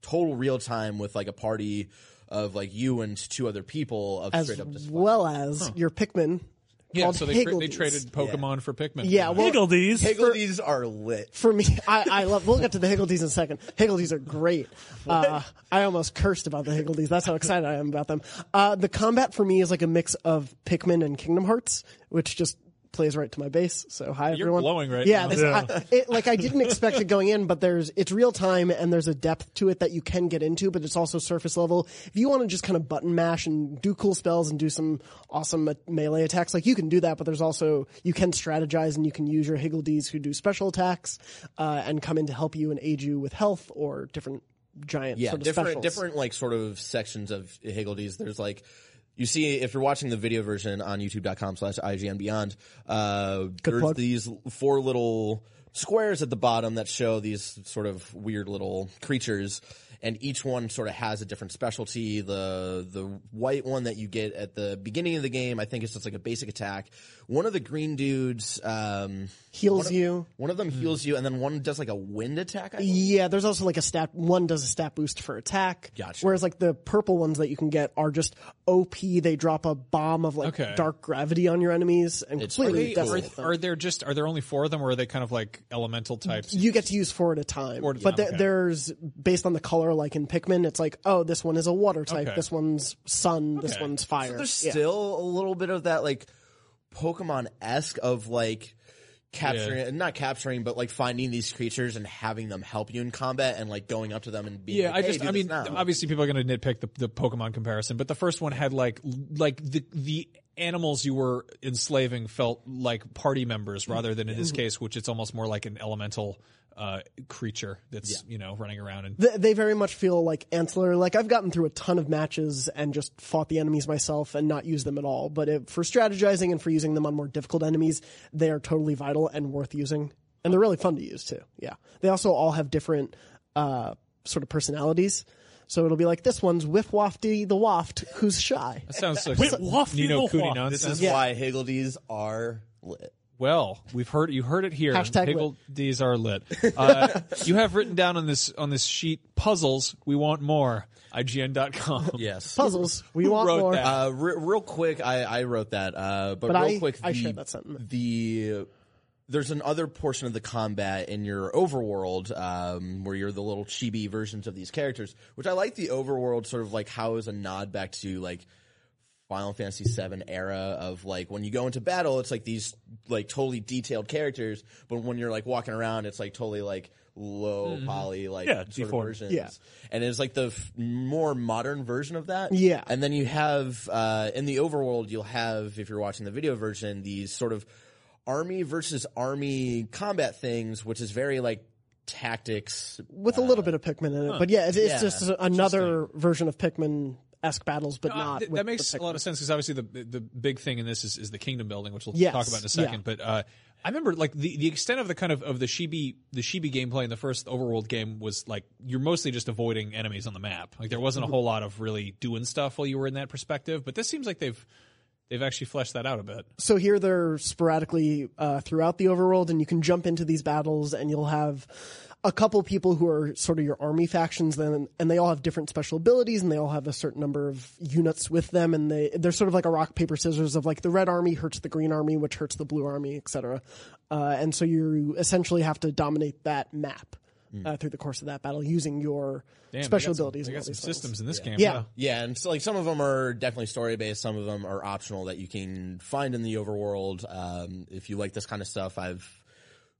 S7: total real time with like a party of like you and two other people of
S5: as
S7: straight up just
S5: well as your Pikmin.
S3: Yeah,
S5: called
S3: so they, tra- they
S5: Higgledies.
S3: traded Pokemon for Pikmin.
S5: Yeah, well,
S6: Higgledies.
S7: Higgledies are lit.
S5: for me, I, I love. We'll get to the Higgledies in a second. Higgledies are great. Uh, I almost cursed about the Higgledies. That's how excited I am about them. Uh, the combat for me is like a mix of Pikmin and Kingdom Hearts, which just plays right to my bass. So hi
S3: You're
S5: everyone.
S3: blowing right
S5: yeah,
S3: now.
S5: This, I, it, like I didn't expect it going in, but there's it's real time and there's a depth to it that you can get into, but it's also surface level. If you want to just kind of button mash and do cool spells and do some awesome uh, melee attacks, like you can do that. But there's also you can strategize and you can use your Higgledees who do special attacks uh, and come in to help you and aid you with health or different giant
S7: yeah
S5: sort of
S7: different
S5: specials.
S7: different like sort of sections of Higgledees. There's like you see if you're watching the video version on youtube.com slash ign beyond uh there's
S5: plug.
S7: these four little squares at the bottom that show these sort of weird little creatures and each one sort of has a different specialty the the white one that you get at the beginning of the game i think it's just like a basic attack one of the green dudes um
S5: heals you.
S7: one of them heals you and then one does like a wind attack I believe.
S5: Yeah, there's also like a stat. One does a stat boost for attack.
S7: Gotcha.
S5: Whereas like the purple ones that you can get are just OP. They drop a bomb of like
S3: Okay.
S5: dark gravity on your enemies and completely
S7: pretty cool.
S5: decimate
S3: Are,
S5: them.
S3: are there just are there only four of them, or are they kind of like elemental types?
S5: you get to use four at a time,
S3: Four at a
S5: but
S3: time,
S5: the-
S3: okay.
S5: there's based on the color, like in Pikmin, it's like, oh, this one is a water type,
S3: Okay.
S5: this one's sun, this
S3: Okay.
S5: one's fire.
S7: There's
S5: Yeah.
S7: still a little bit of that like Pokemon esque of like capturing not capturing but like finding these creatures and having them help you in combat and like going up to them and being
S3: Yeah,
S7: like,
S3: I
S7: "Hey,
S3: just,
S7: do
S3: I
S7: this
S3: mean,
S7: now."
S3: obviously people are going to nitpick the, the Pokemon comparison, but the first one had like, like the, the animals you were enslaving felt like party members rather than in this case, which it's almost more like an elemental, uh, creature that's, you know, running around and
S5: Th- they very much feel like ancillary. Like I've gotten through a ton of matches and just fought the enemies myself and not used them at all. But if, for strategizing and for using them on more difficult enemies, they are totally vital and worth using. And they're really fun to use too. Yeah. They also all have different uh, sort of personalities. So it'll be like this one's Whiff Wafty the Waft, who's shy.
S3: sounds like
S6: Wait,
S3: some
S6: waff,
S3: Nino
S6: noodle,
S3: Cooney
S6: waff.
S3: nonsense.
S7: this is why Higgledees are lit.
S3: Well, we've heard you heard it here.
S5: Hashtag
S3: Piggle D's are lit. Uh, you have written down on this on this sheet puzzles. We want more. IGN.com.
S7: Yes.
S5: Puzzles. We want
S3: wrote
S5: more.
S3: that?
S7: Uh, re- real quick, I, I wrote that, uh, but,
S5: But
S7: real
S5: I-
S7: quick,
S5: I
S7: the-
S5: shared that sentiment.
S7: The there's another portion of the combat in your overworld um, where you're the little chibi versions of these characters, which I like. The overworld sort of like how is a nod back to like Final Fantasy VII era of like when you go into battle, it's like these like totally detailed characters, but when you're like walking around, it's like totally like low poly like
S6: Mm-hmm. Yeah,
S7: sort of
S6: deformed.
S7: versions.
S5: Yeah.
S7: And it's like the f- more modern version of that.
S5: Yeah.
S7: And then you have uh, in the overworld, you'll have if you're watching the video version, these sort of army versus army combat things, which is very like tactics.
S5: With a little bit of Pikmin in it. But yeah, it's, it's
S7: Uh, Yeah.
S5: just another version of Pikmin esque battles, but
S3: Uh,
S5: not.
S3: th-
S5: with
S3: that
S5: the
S3: makes a lot of sense because obviously the the big thing in this is, is the kingdom building, which we'll
S5: Yes,
S3: talk about in a
S5: yeah.
S3: second. But uh, I remember like the, the extent of the kind of of the Shibi the Shibi gameplay in the first overworld game was like you're mostly just avoiding enemies on the map. Like there wasn't a whole lot of really doing stuff while you were in that perspective. But this seems like they've they've actually fleshed that out a bit.
S5: so here they're sporadically uh, throughout the overworld, and you can jump into these battles, and you'll have a couple people who are sort of your army factions, then, and they all have different special abilities, and they all have a certain number of units with them, and they they're sort of like a rock paper scissors of like the red army hurts the green army, which hurts the blue army, etc. Uh, and so you essentially have to dominate that map uh, through the course of that battle using your
S3: Damn,
S5: special
S3: they got some-
S5: abilities.
S3: They got
S5: and all
S3: some
S5: these things.
S3: systems in this game.
S5: Yeah.
S3: huh?
S7: Yeah, and so like some of them are definitely story based. Some of them are optional that you can find in the overworld. Um, if you like this kind of stuff, I've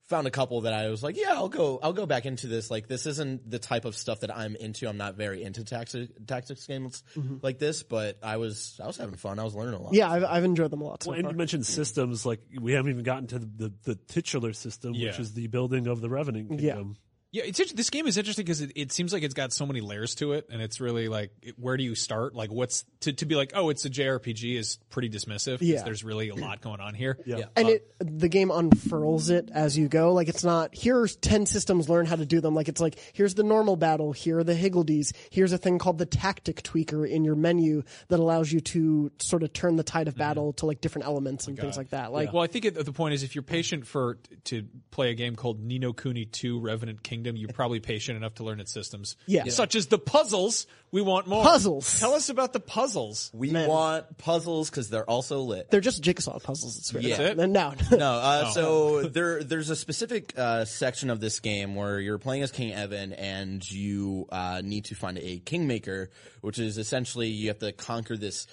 S7: found a couple that I was like, yeah, I'll go, I'll go back into this. Like this isn't the type of stuff that I'm into. I'm not very into tactics, tactics games like this, but I was, I was having fun. I was learning a lot.
S5: Mm-hmm. Yeah, I've, I've enjoyed them a lot. So
S6: Well, and
S5: far.
S6: you mentioned systems like we haven't even gotten to the, the, the titular system, which
S3: Yeah.
S6: is the building of the revenant kingdom.
S3: Yeah, it's inter- this game is interesting because it, it seems like it's got so many layers to it, and it's really like it- where do you start? Like, what's to, to be like? Oh, it's a JRPG is pretty dismissive. 'cause
S5: Yeah.
S3: there's really a lot going on here. Yeah,
S5: and it the game unfurls it as you go. Like it's not here's ten systems, learn how to do them. Like it's like here's the normal battle, here are the Higgledees, here's a thing called the tactic tweaker in your menu that allows you to sort of turn the tide of battle to like different elements and things like that. Like
S3: Well, I think it, the point is if you're patient for to play a game called Nino Kuni 2 Revenant Kingdom, you're probably patient enough to learn its systems.
S5: Yeah. Yeah.
S3: Such as the puzzles. We want more.
S5: Puzzles.
S3: Tell us about the puzzles.
S7: We want puzzles because they're also lit.
S5: they're just jigsaw puzzles. It's weird.
S7: Yeah.
S3: That's
S5: No,
S3: it?
S5: no,
S7: No, uh, so there there's a specific uh, section of this game where you're playing as King Evan and you uh, need to find a kingmaker, which is essentially you have to conquer this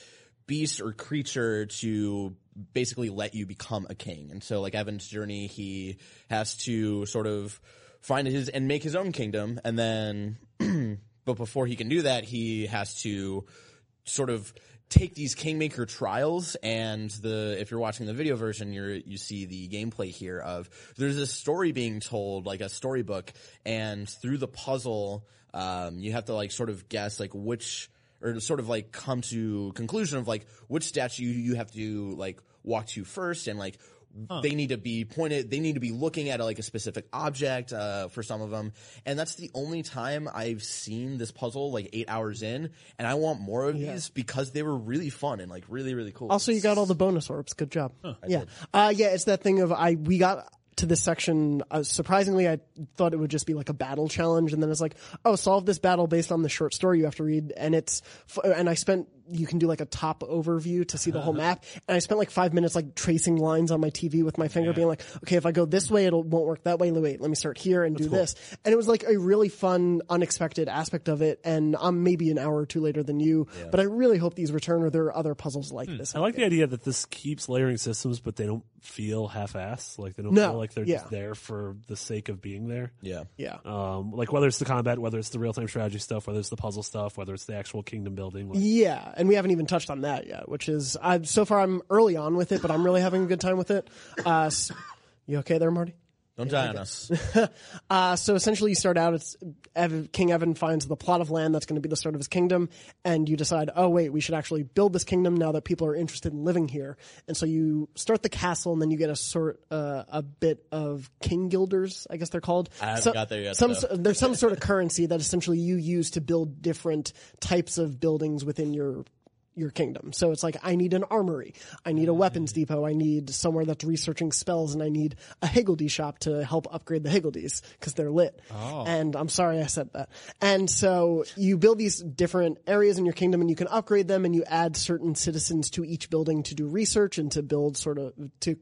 S7: beast or creature to basically let you become a king. And so, like Evan's journey, he has to sort of find his and make his own kingdom, and then, but before he can do that, he has to sort of take these kingmaker trials and the if you're watching the video version you are you see the gameplay here of there's a story being told like a storybook and through the puzzle um, you have to like sort of guess like which or to sort of like come to conclusion of like which statue you have to like walk to first and like they need to be pointed they need to be looking at like a specific object uh, for some of them and that's the only time i've seen this puzzle like eight hours in and i want more of these because they were really fun and like really really cool
S5: Also, you got all the bonus orbs. Good job. yeah, uh, yeah. It's that thing of I we got to this section. Uh, surprisingly, I thought it would just be like a battle challenge, and then it's like, oh, solve this battle based on the short story you have to read, and it's f- and I spent you can do like a top overview to see the whole map, and I spent like five minutes like tracing lines on my TV with my finger, being like, okay, if I go this way, it won't work that way. Wait, let me start here and do this, and it was like a really fun, unexpected aspect of it, and I'm maybe an hour or two later than you, but I really hope these return or there are other puzzles like this.
S6: I like the idea that this keeps layering systems, but they don't feel half-assed. Like they don't
S5: No,
S6: feel like they're
S5: yeah.
S6: just there for the sake of being there.
S7: yeah
S5: Yeah.
S6: Um, like whether it's the combat, whether it's the real-time strategy stuff, whether it's the puzzle stuff, whether it's the actual kingdom building. Like,
S5: Yeah, and we haven't even touched on that yet, which is I've so far I'm early on with it, but I'm really having a good time with it. Uh, s- you okay there, Marty?
S7: don't die on us
S5: Uh, so essentially, you start out. It's Ev- King Evan finds the plot of land that's going to be the start of his kingdom, and you decide, oh wait, we should actually build this kingdom now that people are interested in living here. And so you start the castle, and then you get a sort uh, a bit of king guilders, I guess they're called. I
S7: haven't got there yet,
S5: Some
S7: though.
S5: so- there's some sort of currency that essentially you use to build different types of buildings within your your kingdom. So it's like I need an armory, I need a weapons depot, I need somewhere that's researching spells, and I need a Higgledy shop to help upgrade the Higgledies because they're lit. And I'm sorry I said that. And so you build these different areas in your kingdom, and you can upgrade them, and you add certain citizens to each building to do research and to build sort of to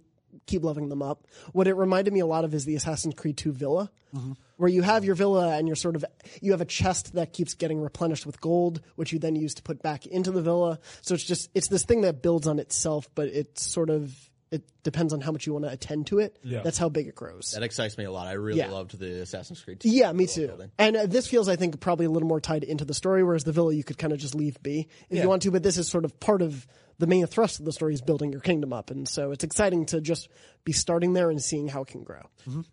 S5: keep loving them up. What it reminded me a lot of is the Assassin's Creed 2 villa, where you have your villa and you're sort of, you have a chest that keeps getting replenished with gold, which you then use to put back into the villa. So it's just, it's this thing that builds on itself, but it's sort of, it depends on how much you want to attend to it. That's how big it grows.
S7: that excites me a lot i really
S5: Yeah.
S7: loved the assassin's creed
S5: Yeah, me too. And uh, this feels, I think, probably a little more tied into the story, whereas the villa you could kind of just leave be if you want to. But this is sort of part of the main thrust of the story is building your kingdom up, and so it's exciting to just be starting there and seeing how it can grow.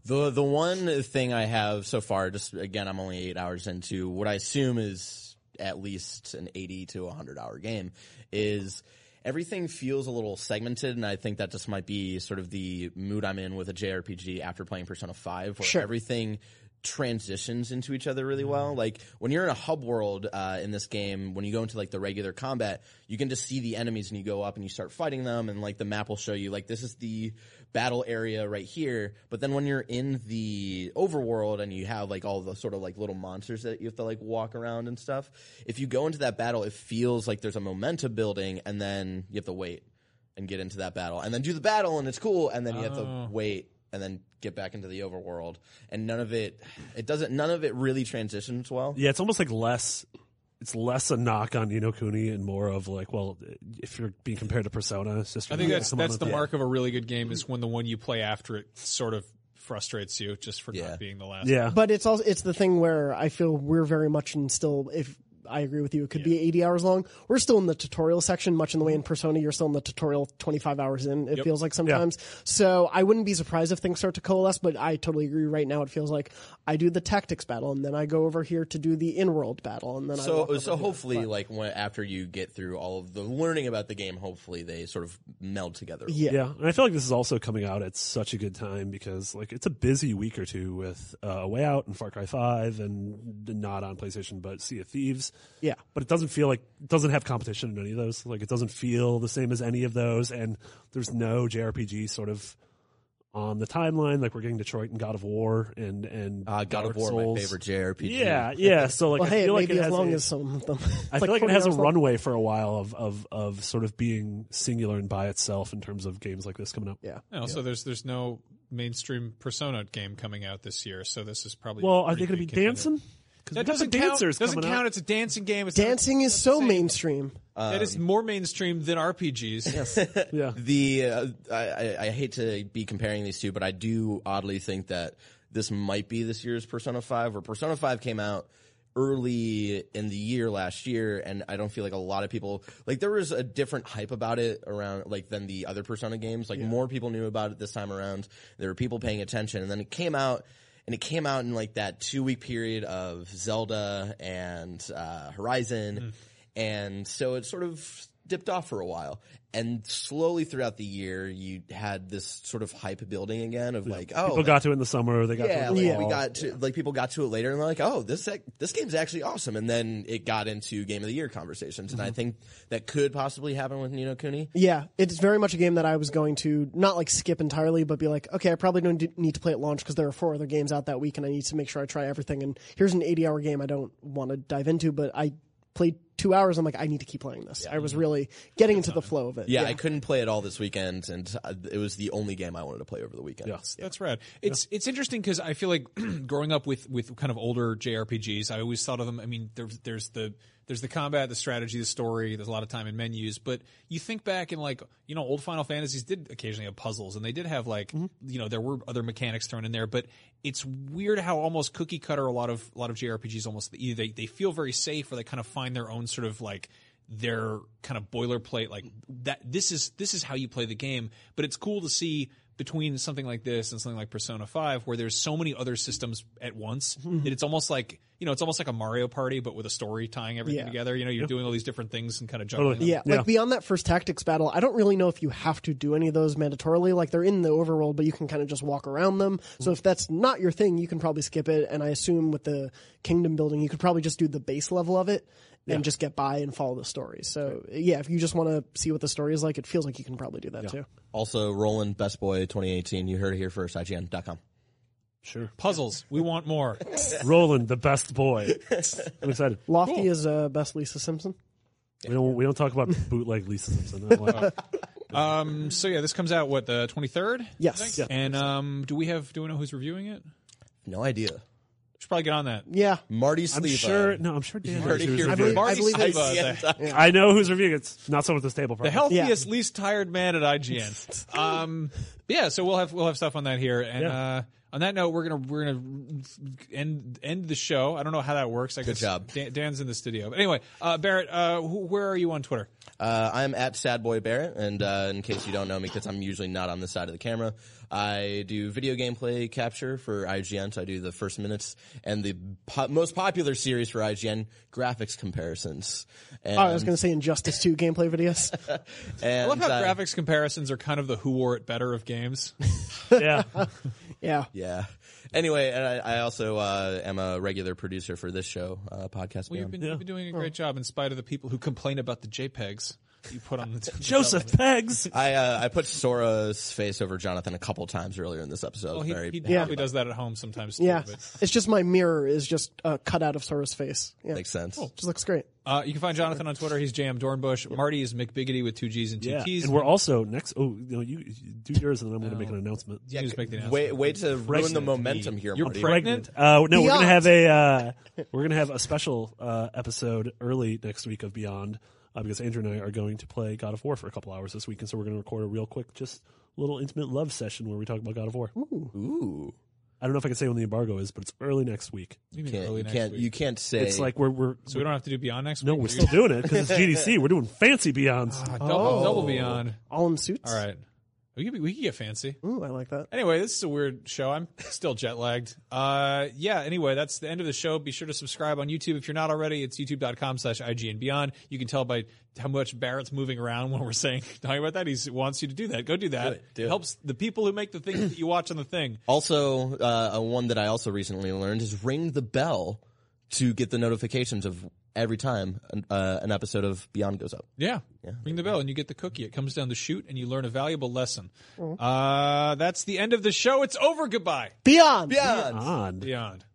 S7: The the one thing I have so far, just again, I'm only eight hours into what I assume is at least an eighty to hundred hour game, is everything feels a little segmented, and I think that just might be sort of the mood I'm in with a JRPG after playing Persona Five, where everything transitions into each other really well. Like when you're in a hub world uh, in this game, when you go into like the regular combat, you can just see the enemies and you go up and you start fighting them, and like the map will show you like this is the battle area right here. But then when you're in the overworld and you have like all the sort of like little monsters that you have to like walk around and stuff, if you go into that battle, it feels like there's a momentum building, and then you have to wait and get into that battle, and then do the battle, and it's cool, and then you have
S5: Oh.
S7: to wait and then get back into the overworld and none of it it doesn't none of it really transitions well
S6: Yeah, it's almost like less. It's less a knock on Nino Kuni and more of like, well, if you're being compared to Persona, it's just
S3: I think that's
S6: someone
S3: that's
S6: with
S3: the
S6: that-
S3: mark of a really good game is when the one you play after it sort of frustrates you just for
S7: Yeah.
S3: not being the last.
S6: Yeah,
S5: But it's also it's the thing where I feel we're very much in still if I agree with you, it could be 80 hours long. We're still in the tutorial section, much in the way in Persona, you're still in the tutorial 25 hours in, it feels like sometimes. So I wouldn't be surprised if things start to coalesce, but I totally agree right now. It feels like I do the tactics battle and then I go over here to do the in-world battle and then I walk
S7: so
S5: over
S7: so
S5: here.
S7: hopefully like when, after you get through all of the learning about the game hopefully they sort of meld together
S5: yeah.
S6: Yeah, and I feel like this is also coming out at such a good time because like it's a busy week or two with uh, Way Out and Far Cry Five and not on PlayStation but Sea of Thieves.
S5: Yeah.
S6: but it doesn't feel like it doesn't have competition in any of those. Like it doesn't feel the same as any of those, and there's no JRPG sort of on the timeline. Like we're getting Detroit and God of War and and
S7: uh, god
S6: Dark
S7: of war
S6: Souls.
S7: my favorite jrpg
S6: Yeah, yeah. So like
S5: Well,
S6: I
S5: hey,
S6: feel like
S5: maybe
S6: it
S5: as
S6: has
S5: long
S6: a-
S5: as some of them.
S6: I feel like it has a
S5: run.
S6: runway for a while of, of of sort of being singular and by itself in terms of games like this coming up.
S5: Yeah.
S3: And also, there's there's no mainstream Persona game coming out this year, so this is probably
S6: Well, are
S3: pretty
S6: they going to be
S3: good contender.
S6: dancing?
S3: That
S6: we got
S3: doesn't
S6: the
S3: count.
S6: dancers
S3: Doesn't
S6: coming
S3: count.
S6: out.
S3: It's a dancing game. It's not a-
S5: Dancing is so mainstream.
S3: that is more mainstream than RPGs.
S6: Yeah.
S7: The uh, I, I, I hate to be comparing these two, but I do oddly think that this might be this year's Persona Five, where Persona Five came out early in the year last year, and I don't feel like a lot of people like there was a different hype about it around like than the other Persona games. Like more people knew about it this time around. There were people paying attention, and then it came out. And it came out in like that two week period of Zelda and uh, Horizon, and so it sort of dipped off for a while. And slowly throughout the year, you had this sort of hype building again of like, oh,
S6: People got to it in the summer. They got
S7: yeah,
S6: to it
S7: like,
S6: in the
S7: we
S6: fall.
S7: got to like people got to it later and they're like, oh, this ac- this game's actually awesome. And then it got into game of the year conversations,
S6: Mm-hmm.
S7: and I think that could possibly happen with Nino Cooney.
S5: Yeah, it's very much a game that I was going to not like skip entirely, but be like, okay, I probably don't d- need to play at launch because there are four other games out that week, and I need to make sure I try everything. And here's an 80 hour game I don't want to dive into, but I played two hours. I'm like, I need to keep playing this. I was really getting into the flow of it.
S7: Yeah, I couldn't play it all this weekend, and uh, it was the only game I wanted to play over the weekend.
S3: That's rad. It's it's interesting because I feel like growing up with with kind of older JRPGs, I always thought of them. I mean, there's there's the there's the combat, the strategy, the story. There's a lot of time in menus, but you think back and like you know, old Final Fantasies did occasionally have puzzles, and they did have like you know there were other mechanics thrown in there. But it's weird how almost cookie cutter a lot of a lot of JRPGs almost either they they feel very safe or they kind of find their own sort of like their kind of boilerplate like that this is this is how you play the game but it's cool to see between something like this and something like Persona 5 where there's so many other systems at once
S5: Mm-hmm.
S3: that it's almost like you know it's almost like a Mario party but with a story tying everything
S5: Yeah.
S3: together you know you're doing all these different things and kind of juggling them.
S5: Yeah, like
S6: Yeah.
S5: beyond that first tactics battle, I don't really know if you have to do any of those mandatorily. Like they're in the overworld, but you can kind of just walk around them. So if that's not your thing, you can probably skip it. And I assume with the kingdom building, you could probably just do the base level of it and just get by and follow the story. So yeah, if you just want to see what the story is like, it feels like you can probably do that too.
S7: Also, Roland Best Boy 2018. You heard it here first. IGN.com.
S3: puzzles we want more
S6: Roland, the best boy. I'm excited.
S5: Lofty is uh, best Lisa Simpson.
S6: We don't we don't talk about bootleg Lisa Simpson. I don't like-
S3: um so yeah this comes out what the 23rd
S5: Yes. Yeah.
S3: and um do we have do we know who's reviewing it we
S7: No idea.
S3: should probably get on that
S7: Marty Sleva.
S6: I'm sure. No, I'm sure Dan.
S7: heard it
S6: knows who's reviewing
S7: here
S6: it.
S7: first.
S5: I
S3: Marty
S5: believe it's-
S3: Sleva, the-
S6: I know who's reviewing it. It's not someone at this table. Probably.
S3: the healthiest, least tired man at IGN. um, yeah, so we'll have we'll have stuff on that here. And uh, on that note, we're gonna we're gonna end end the show. I don't know how that works. I Good
S7: job.
S3: Dan, Dan's in the studio. But anyway, uh, Barrett, uh, wh- where are you on Twitter?
S7: Uh, I'm at Sad Boy Barrett, and uh, in case you don't know me, because I'm usually not on this side of the camera, I do video gameplay capture for IGN. So I do the first minutes and the po- most popular series for IGN graphics comparisons. And,
S5: Oh, I was going to say Injustice 2 gameplay videos.
S7: and,
S3: I love how
S7: uh,
S3: graphics comparisons are kind of the who wore it better of games.
S6: Yeah.
S5: Yeah.
S7: Yeah. Anyway, and I, I also uh, am a regular producer for this show, uh, podcast.
S3: Well, you've
S7: Beyond.
S3: been, you've been doing a great job in spite of the people who complain about the JPEGs you put on the
S6: Joseph Peggs.
S7: I uh, I put Sora's face over Jonathan a couple times earlier in this episode.
S3: Well,
S7: I was
S3: Oh, he,
S7: very
S3: he
S7: happy
S3: probably
S7: about
S3: does that at home sometimes. Too,
S5: Yeah.
S3: but-
S5: It's just my mirror is just uh, cut out of Sora's face. Yeah.
S7: it. Makes sense.
S5: Just looks great.
S3: Uh, you can find Jonathan on Twitter. He's JM Dornbush. Marty is McBiggity with two G's and two
S6: Yeah.
S3: T's.
S6: And we're also next. Oh, no, you, you do yours, and then I'm going to make an announcement.
S3: You just make the announcement.
S7: Way, way to ruin the momentum here,
S3: You're
S7: Marty.
S3: pregnant?
S6: Uh, no, we're
S5: Beyond.
S6: gonna have a uh, we're gonna have a special uh, episode early next week of Beyond uh, because Andrew and I are going to play God of War for a couple hours this week, and so we're gonna record a real quick, just little intimate love session where we talk about God of War.
S7: Ooh.
S6: I don't know if I can say when the embargo is, but it's early next week.
S3: You mean
S7: Can't,
S3: early
S7: you
S3: next
S7: can't
S3: week.
S7: you can't say
S6: It's like we're we're
S3: So we don't have to do Beyond next
S6: no,
S3: week.
S6: we're still doing it because it's GDC. We're doing fancy Beyonds.
S3: double, double Beyond.
S5: All in suits.
S3: All right, we could, be, we could get fancy.
S5: Ooh, I like that.
S3: Anyway, this is a weird show. I'm still jet lagged. Uh, yeah. Anyway, that's the end of the show. Be sure to subscribe on YouTube if you're not already. It's YouTube.com/slash IGN Beyond. You can tell by how much Barrett's moving around when we're saying talking about that. He wants you to do that. Go do that.
S7: Do it, do it.
S3: helps the people who make the things that you watch on the thing.
S7: Also, uh, a one that I also recently learned is ring the bell to get the notifications of every time an, uh, an episode of Beyond goes up.
S3: Yeah. Ring the bell and you get the cookie. It comes down the chute and you learn a valuable lesson. Uh, that's the end of the show. It's over. Goodbye.
S5: Beyond.
S7: Beyond.
S6: On.
S3: Beyond.